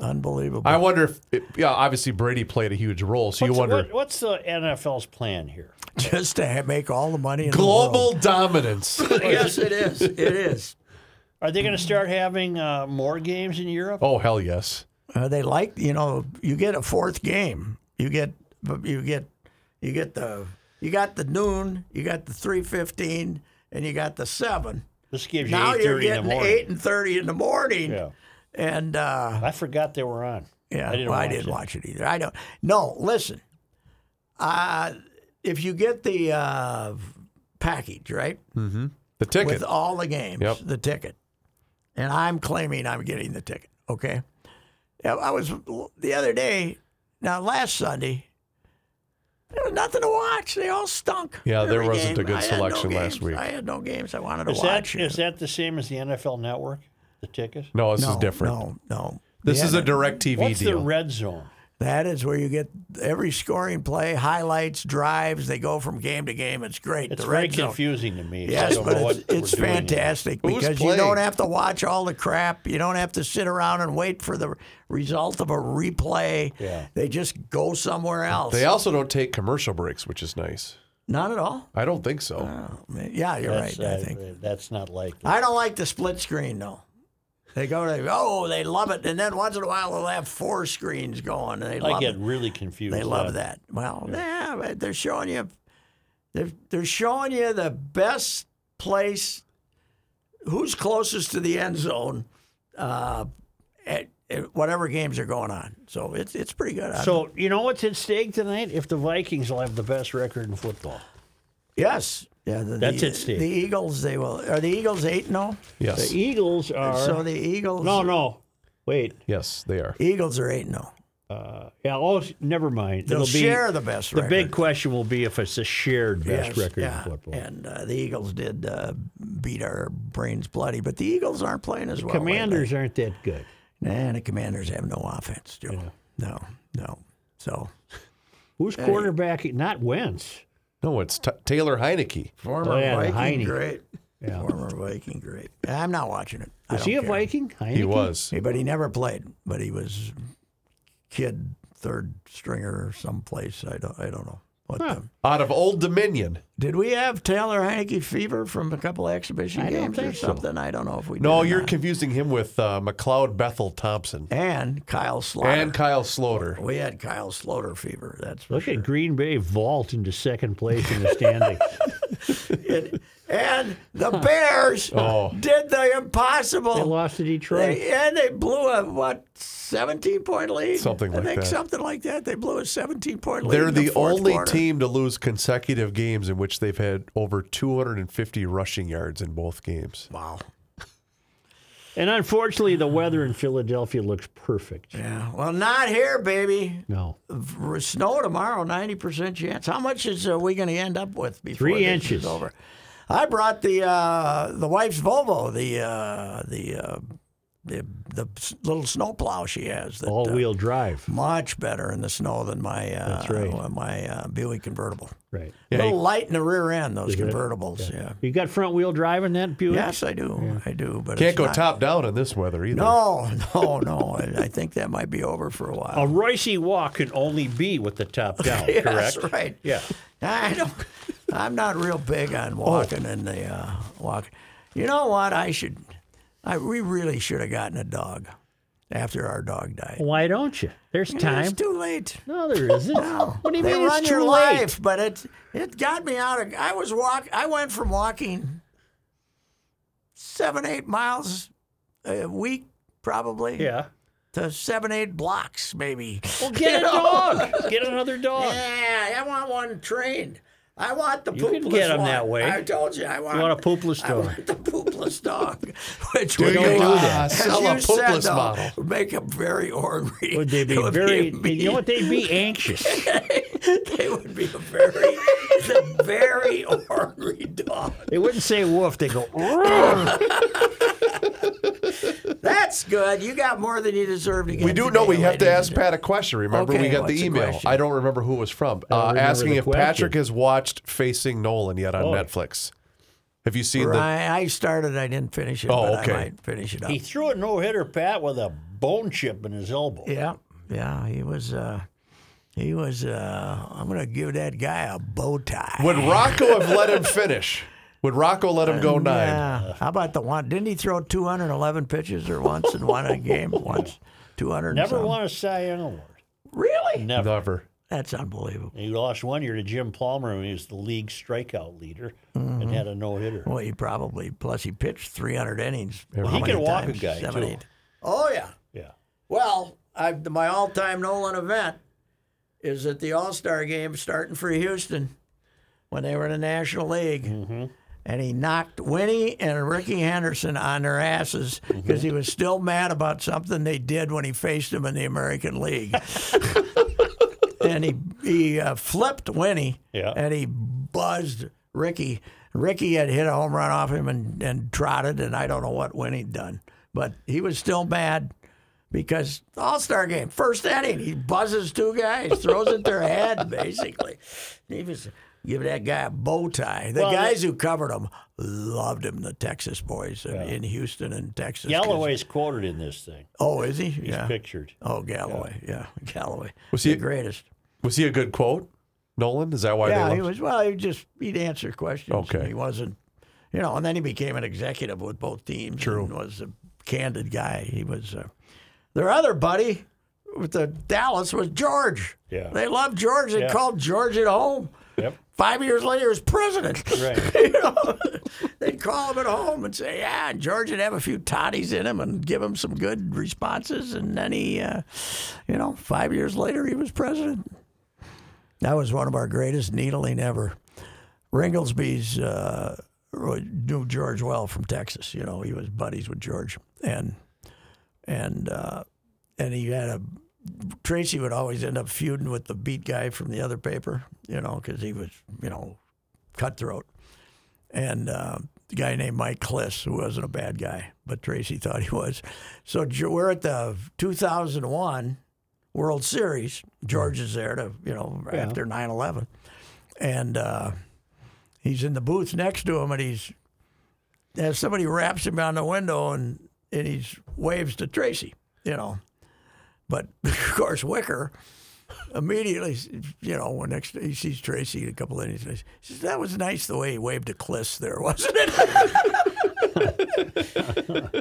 Speaker 2: Unbelievable.
Speaker 1: I wonder if, it, yeah, obviously Brady played a huge role, so
Speaker 3: What's,
Speaker 1: you wonder
Speaker 3: what- what's the NFL's plan here?
Speaker 2: Just to ha- make all the money in
Speaker 1: global dominance.
Speaker 2: the world. yes, it is. It is.
Speaker 3: Are they going to start having uh, more games in Europe?
Speaker 1: oh hell yes,
Speaker 2: Uh, they like you know you get a fourth game. You get you get you get the you got the noon. You got the three fifteen, and you got the seven.
Speaker 3: This gives you
Speaker 2: Now
Speaker 3: eight
Speaker 2: you're
Speaker 3: thirty in
Speaker 2: getting
Speaker 3: the morning.
Speaker 2: eight and thirty in the morning.
Speaker 3: Yeah.
Speaker 2: And uh,
Speaker 3: I forgot they were on.
Speaker 2: Yeah,
Speaker 3: I didn't
Speaker 2: well,
Speaker 3: watch
Speaker 2: I didn't
Speaker 3: it.
Speaker 2: watch it either. I don't. No, listen. Uh, if you get the uh, package right
Speaker 1: the ticket.
Speaker 2: with all the games,
Speaker 1: Yep.
Speaker 2: the ticket, and I'm claiming I'm getting the ticket. Okay. Yeah, I was the other day. Now last Sunday, there was nothing to watch. They all stunk.
Speaker 1: Yeah, there
Speaker 2: Every
Speaker 1: wasn't a
Speaker 2: game.
Speaker 1: good
Speaker 2: I had no
Speaker 1: selection last
Speaker 2: games.
Speaker 1: week.
Speaker 2: I had no games I wanted to
Speaker 3: Is that
Speaker 2: watch.
Speaker 3: is that the same as the NFL Network? The ticket.
Speaker 1: no, this
Speaker 2: no,
Speaker 1: is different.
Speaker 2: No, no.
Speaker 1: This
Speaker 2: Yeah,
Speaker 1: is a direct TV
Speaker 3: What's the
Speaker 1: deal.
Speaker 3: red zone?
Speaker 2: That is where you get every scoring play, highlights, drives. They go from game to game. It's great.
Speaker 3: It's
Speaker 2: the
Speaker 3: very
Speaker 2: red zone.
Speaker 3: confusing to me. I
Speaker 2: Yes,
Speaker 3: don't
Speaker 2: but
Speaker 3: know
Speaker 2: it's,
Speaker 3: what
Speaker 2: it's
Speaker 3: we're doing here.
Speaker 2: fantastic
Speaker 1: Who's
Speaker 2: because you
Speaker 1: playing?
Speaker 2: don't have to watch all the crap. You don't have to sit around and wait for the result of a replay.
Speaker 3: Yeah.
Speaker 2: They just go somewhere else.
Speaker 1: They also don't take commercial breaks, which is nice.
Speaker 2: Not at all.
Speaker 1: I don't think so.
Speaker 2: Uh, Yeah, you're
Speaker 3: That's,
Speaker 2: right. I
Speaker 3: uh,
Speaker 2: think.
Speaker 3: that's not likely.
Speaker 2: I don't like the split screen though. They go to oh they love it, and then once in a while they'll have four screens going, and they
Speaker 3: I
Speaker 2: love
Speaker 3: get
Speaker 2: it.
Speaker 3: really confused.
Speaker 2: They love that. Well, yeah, but they're showing you, they're, they're showing you the best place, who's closest to the end zone, uh, at, at whatever games are going on. So it's it's pretty good. I'm-
Speaker 3: So you know what's at stake tonight? If the Vikings will have the best record in football,
Speaker 2: yes, yeah, the,
Speaker 3: That's
Speaker 2: the,
Speaker 3: it, Steve.
Speaker 2: The Eagles, they will. Are the Eagles eight? No,
Speaker 1: Yes,
Speaker 3: the Eagles are.
Speaker 2: so the Eagles.
Speaker 3: no, no. Wait.
Speaker 1: yes, they are.
Speaker 2: Eagles are eight. No,
Speaker 3: Yeah. Oh, never mind.
Speaker 2: they'll
Speaker 3: It'll be
Speaker 2: share the best.
Speaker 3: the
Speaker 2: record.
Speaker 3: big question will be if it's a shared
Speaker 2: Yes,
Speaker 3: best record
Speaker 2: yeah.
Speaker 3: in football.
Speaker 2: And uh, the Eagles did uh, beat our brains bloody, but the Eagles aren't playing as well. lately.
Speaker 3: Commanders aren't that good.
Speaker 2: Nah, the Commanders have no offense, Joe. No, no. So
Speaker 3: Who's quarterback? Not Wentz.
Speaker 1: No, it's t- Taylor Heineke.
Speaker 2: former
Speaker 3: Oh, yeah,
Speaker 2: Viking
Speaker 3: the Heine.
Speaker 2: great. Former Viking great. I'm not watching it. I
Speaker 3: Is
Speaker 2: don't
Speaker 3: he a
Speaker 2: care.
Speaker 3: Viking? Heineke?
Speaker 1: He was.
Speaker 2: Hey, but he never played. But he was kid third stringer or someplace. I don't. I don't know. What the-
Speaker 1: Out of Old Dominion.
Speaker 2: did we have Taylor Heineke fever from a couple of exhibition
Speaker 3: I don't
Speaker 2: games or
Speaker 3: think so.
Speaker 2: something? I don't know if we.
Speaker 1: No,
Speaker 2: did or
Speaker 1: you're
Speaker 2: not.
Speaker 1: confusing him with uh, McLeod Bethel Thompson
Speaker 2: and Kyle Slaughter.
Speaker 1: and Kyle Sloter.
Speaker 2: we had Kyle Slaughter fever. That's for
Speaker 3: Look
Speaker 2: sure.
Speaker 3: at Green Bay vault into second place in the standings.
Speaker 2: It- and the Bears
Speaker 1: Oh.
Speaker 2: did the impossible.
Speaker 3: they lost to Detroit.
Speaker 2: They, and they blew a what seventeen point lead,
Speaker 1: Something
Speaker 2: I
Speaker 1: like
Speaker 2: think
Speaker 1: that.
Speaker 2: something like that. They blew a seventeen point lead.
Speaker 1: They're
Speaker 2: in
Speaker 1: the,
Speaker 2: fourth
Speaker 1: only
Speaker 2: quarter.
Speaker 1: team to lose consecutive games in which they've had over 250 rushing yards in both games.
Speaker 2: Wow.
Speaker 3: and unfortunately, the weather in Philadelphia looks perfect.
Speaker 2: Yeah. Well, not here, baby.
Speaker 3: No,
Speaker 2: R- Snow tomorrow, ninety percent chance. How much is uh, we going to end up with before
Speaker 3: Three
Speaker 2: this
Speaker 3: inches.
Speaker 2: is over? I brought the uh, the wife's Volvo, the uh, the, uh, the the s- little snowplow she has. That, uh,
Speaker 3: all-wheel drive.
Speaker 2: much better in the snow than my uh,
Speaker 3: That's right.
Speaker 2: my uh, Buick convertible.
Speaker 3: Right.
Speaker 2: A little light in the rear end, those convertibles. Yeah.
Speaker 3: You got front-wheel drive in that Buick?
Speaker 2: Yes, I do. I do. But
Speaker 1: Can't
Speaker 2: it's
Speaker 1: go
Speaker 2: not-
Speaker 1: top down in this weather either.
Speaker 2: No, no, no. I, I think that might be over for a while.
Speaker 3: A Roycey walk can only be with the top down,
Speaker 2: Yeah,
Speaker 3: correct?
Speaker 2: That's right.
Speaker 3: Yeah. Oh.
Speaker 2: I don't. I'm not real big on walking in the uh, walk. You know what? I should. I we really should have gotten a dog after our dog died.
Speaker 3: Why don't you? There's time.
Speaker 2: It's too late.
Speaker 3: No, there isn't. What do you
Speaker 2: they
Speaker 3: mean
Speaker 2: run
Speaker 3: it's
Speaker 2: your
Speaker 3: too late?
Speaker 2: life, but it it got me out of. I was walk. I went from walking seven eight miles a week probably
Speaker 3: Yeah.
Speaker 2: to seven eight blocks maybe.
Speaker 3: Well, get a dog. Get another dog.
Speaker 2: Yeah, I want one trained. I want the
Speaker 3: You
Speaker 2: poopless
Speaker 3: can get 'em
Speaker 2: one.
Speaker 3: that way.
Speaker 2: I told you, I want,
Speaker 3: You want a poopless
Speaker 2: I
Speaker 3: dog.
Speaker 2: want the poopless dog, which
Speaker 1: Do
Speaker 2: would
Speaker 1: you,
Speaker 2: make-
Speaker 1: uh,
Speaker 2: as
Speaker 1: sell a
Speaker 2: you said,
Speaker 1: poopless
Speaker 2: though,
Speaker 1: model?
Speaker 2: would Make them very ornery.
Speaker 3: Would they be
Speaker 2: It would
Speaker 3: very?
Speaker 2: be
Speaker 3: you know what? They'd be anxious.
Speaker 2: they would be a very, the very ornery dog.
Speaker 3: they wouldn't say woof. They go. "Roar."
Speaker 2: That's good. You got more than you deserve to get.
Speaker 1: We do
Speaker 2: today,
Speaker 1: know we have to
Speaker 2: ladies
Speaker 1: ask
Speaker 2: and
Speaker 1: Pat a question. Remember,
Speaker 2: Okay,
Speaker 1: we got
Speaker 2: what's
Speaker 1: the
Speaker 2: the
Speaker 1: email.
Speaker 2: question?
Speaker 1: I don't remember who it was from.
Speaker 3: don't
Speaker 1: Uh,
Speaker 3: remember
Speaker 1: asking
Speaker 3: the
Speaker 1: if
Speaker 3: question.
Speaker 1: Patrick has watched Facing Nolan yet on
Speaker 3: Oh.
Speaker 1: Netflix. Have you seen
Speaker 2: gentlemen. I, I started. I didn't finish it.
Speaker 1: Oh,
Speaker 2: but
Speaker 1: okay.
Speaker 2: I might finish it up.
Speaker 3: he threw a no hitter, Pat, with a bone chip in his elbow.
Speaker 2: Yeah, yeah. He was. Uh, he was. Uh, I'm gonna give that guy a bow tie.
Speaker 1: the? Would Rocco have let him finish? Would Rocco let him go nine?
Speaker 2: Yeah. How about the one? Didn't he throw 211 pitches or once and won a game once? 200.
Speaker 3: Never
Speaker 2: and some.
Speaker 3: won a Cy Young award.
Speaker 2: Really?
Speaker 3: Never.
Speaker 1: Never.
Speaker 2: That's unbelievable.
Speaker 3: He lost one year to Jim Palmer, when he was the league strikeout leader and had a no hitter.
Speaker 2: Well, he probably. Plus, he pitched 300 innings. How
Speaker 3: He
Speaker 2: many
Speaker 3: can walk a
Speaker 2: times?
Speaker 3: guy,
Speaker 2: Seven,
Speaker 3: too.
Speaker 2: eight. Oh yeah.
Speaker 3: Yeah.
Speaker 2: Well, I, my all-time Nolan event is at the All-Star game, starting for Houston when they were in the National League, and he knocked Winnie and Ricky Henderson on their asses because he was still mad about something they did when he faced them in the American League. and he he uh, flipped Winnie,
Speaker 3: Yeah.
Speaker 2: and he buzzed Ricky. Ricky had hit a home run off him and, and trotted, and I don't know what Winnie'd done, but he was still mad because All Star game, first inning, he buzzes two guys, throws at their head, basically. He was giving that guy a bow tie. The
Speaker 3: Well,
Speaker 2: guys who covered him loved him, the Texas boys in, in Houston and Texas. 'cause-
Speaker 3: Galloway's quoted in this thing.
Speaker 2: Oh, is he?
Speaker 3: Uh.
Speaker 2: yeah.
Speaker 3: Pictured.
Speaker 2: Oh, Galloway. Yeah, Galloway.
Speaker 1: Was
Speaker 2: the
Speaker 1: he-
Speaker 2: greatest?
Speaker 1: Was he a good quote, Nolan? Is that why
Speaker 2: Yeah,
Speaker 1: they
Speaker 2: he
Speaker 1: loved?
Speaker 2: was. Well, he just he'd answer questions.
Speaker 1: Okay.
Speaker 2: he wasn't, you know. And then he became an executive with both teams. True, and was a candid guy. He was. Uh, their other buddy with the Dallas was George.
Speaker 3: Yeah.
Speaker 2: they loved George. They
Speaker 3: Yeah.
Speaker 2: called George at home.
Speaker 3: Yep.
Speaker 2: Five years later, he was president.
Speaker 3: Right.
Speaker 2: you know, they'd call him at home and say, "Yeah." And George would have a few toddies in him and give him some good responses, and then he, uh, you know, five years later, he was president. That was one of our greatest needling ever. Ringelsby's uh, knew George well from Texas. You know, he was buddies with George, and and uh, and he had a Tracy would always end up feuding with the beat guy from the other paper, you know, because he was, you know, cutthroat. And uh, the guy named Mike Kliss, who wasn't a bad guy, but Tracy thought he was. So Ge- we're at the 2001 World Series. George is there to, you know, after 9 11. And uh, he's in the booth next to him and he's, as somebody raps him on the window and, and he's waves to Tracy, you know. But of course, Wicker immediately, you know, when next he sees Tracy in a couple innings, he says, That was nice the way he waved to Kliss there, wasn't it?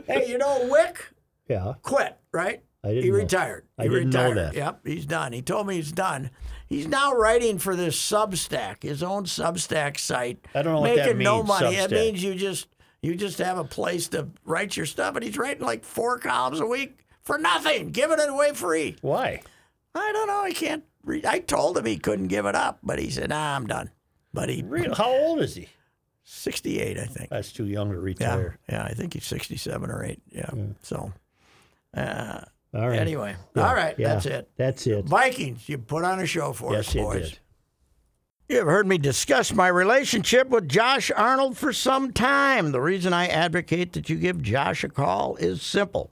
Speaker 2: hey, you know, Wick
Speaker 3: Yeah.
Speaker 2: quit, right?
Speaker 3: I didn't
Speaker 2: he
Speaker 3: know.
Speaker 2: retired.
Speaker 3: I
Speaker 2: he
Speaker 3: didn't know
Speaker 2: retired.
Speaker 3: that.
Speaker 2: Yep, he's done. He told me he's done. He's now writing for this Substack, his own Substack site.
Speaker 3: I don't know what
Speaker 2: making
Speaker 3: that
Speaker 2: no
Speaker 3: means,
Speaker 2: money. It
Speaker 3: Substack.
Speaker 2: means you just you just have a place to write your stuff, and he's writing like four columns a week for nothing, giving it away free.
Speaker 3: Why?
Speaker 2: I don't know. He can't. Re- I told him he couldn't give it up, but he said, "Nah, I'm done." But he
Speaker 3: Real? How old is he?
Speaker 2: 68, I think.
Speaker 3: That's too young to
Speaker 2: Yeah,
Speaker 3: retire.
Speaker 2: yeah. I think he's 67 or 8. Yeah. So
Speaker 3: All Hmm. right.
Speaker 2: anyway, all right,
Speaker 3: Yeah.
Speaker 2: that's it.
Speaker 3: That's it.
Speaker 2: Vikings, you put on a show for
Speaker 3: Yes,
Speaker 2: us,
Speaker 3: he
Speaker 2: boys.
Speaker 3: did.
Speaker 2: You have heard me discuss my relationship with Josh Arnold for some time. The reason I advocate that you give Josh a call is simple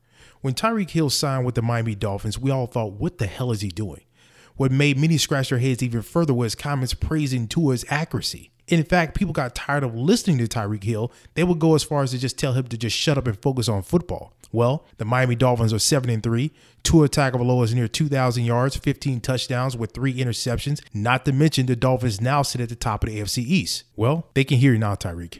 Speaker 6: When Tyreek Hill signed with the Miami Dolphins, we all thought, what the hell is he doing? What made many scratch their heads even further was comments praising Tua's accuracy. In fact, people got tired of listening to Tyreek Hill. They would go as far as to just tell him to just shut up and focus on football. Well, the Miami Dolphins are 7 and 3. Tua Tagovailoa is near 2,000 yards, 15 touchdowns with three interceptions. Not to mention the Dolphins now sit at the top of the AFC East. Well, they can hear you now, Tyreek.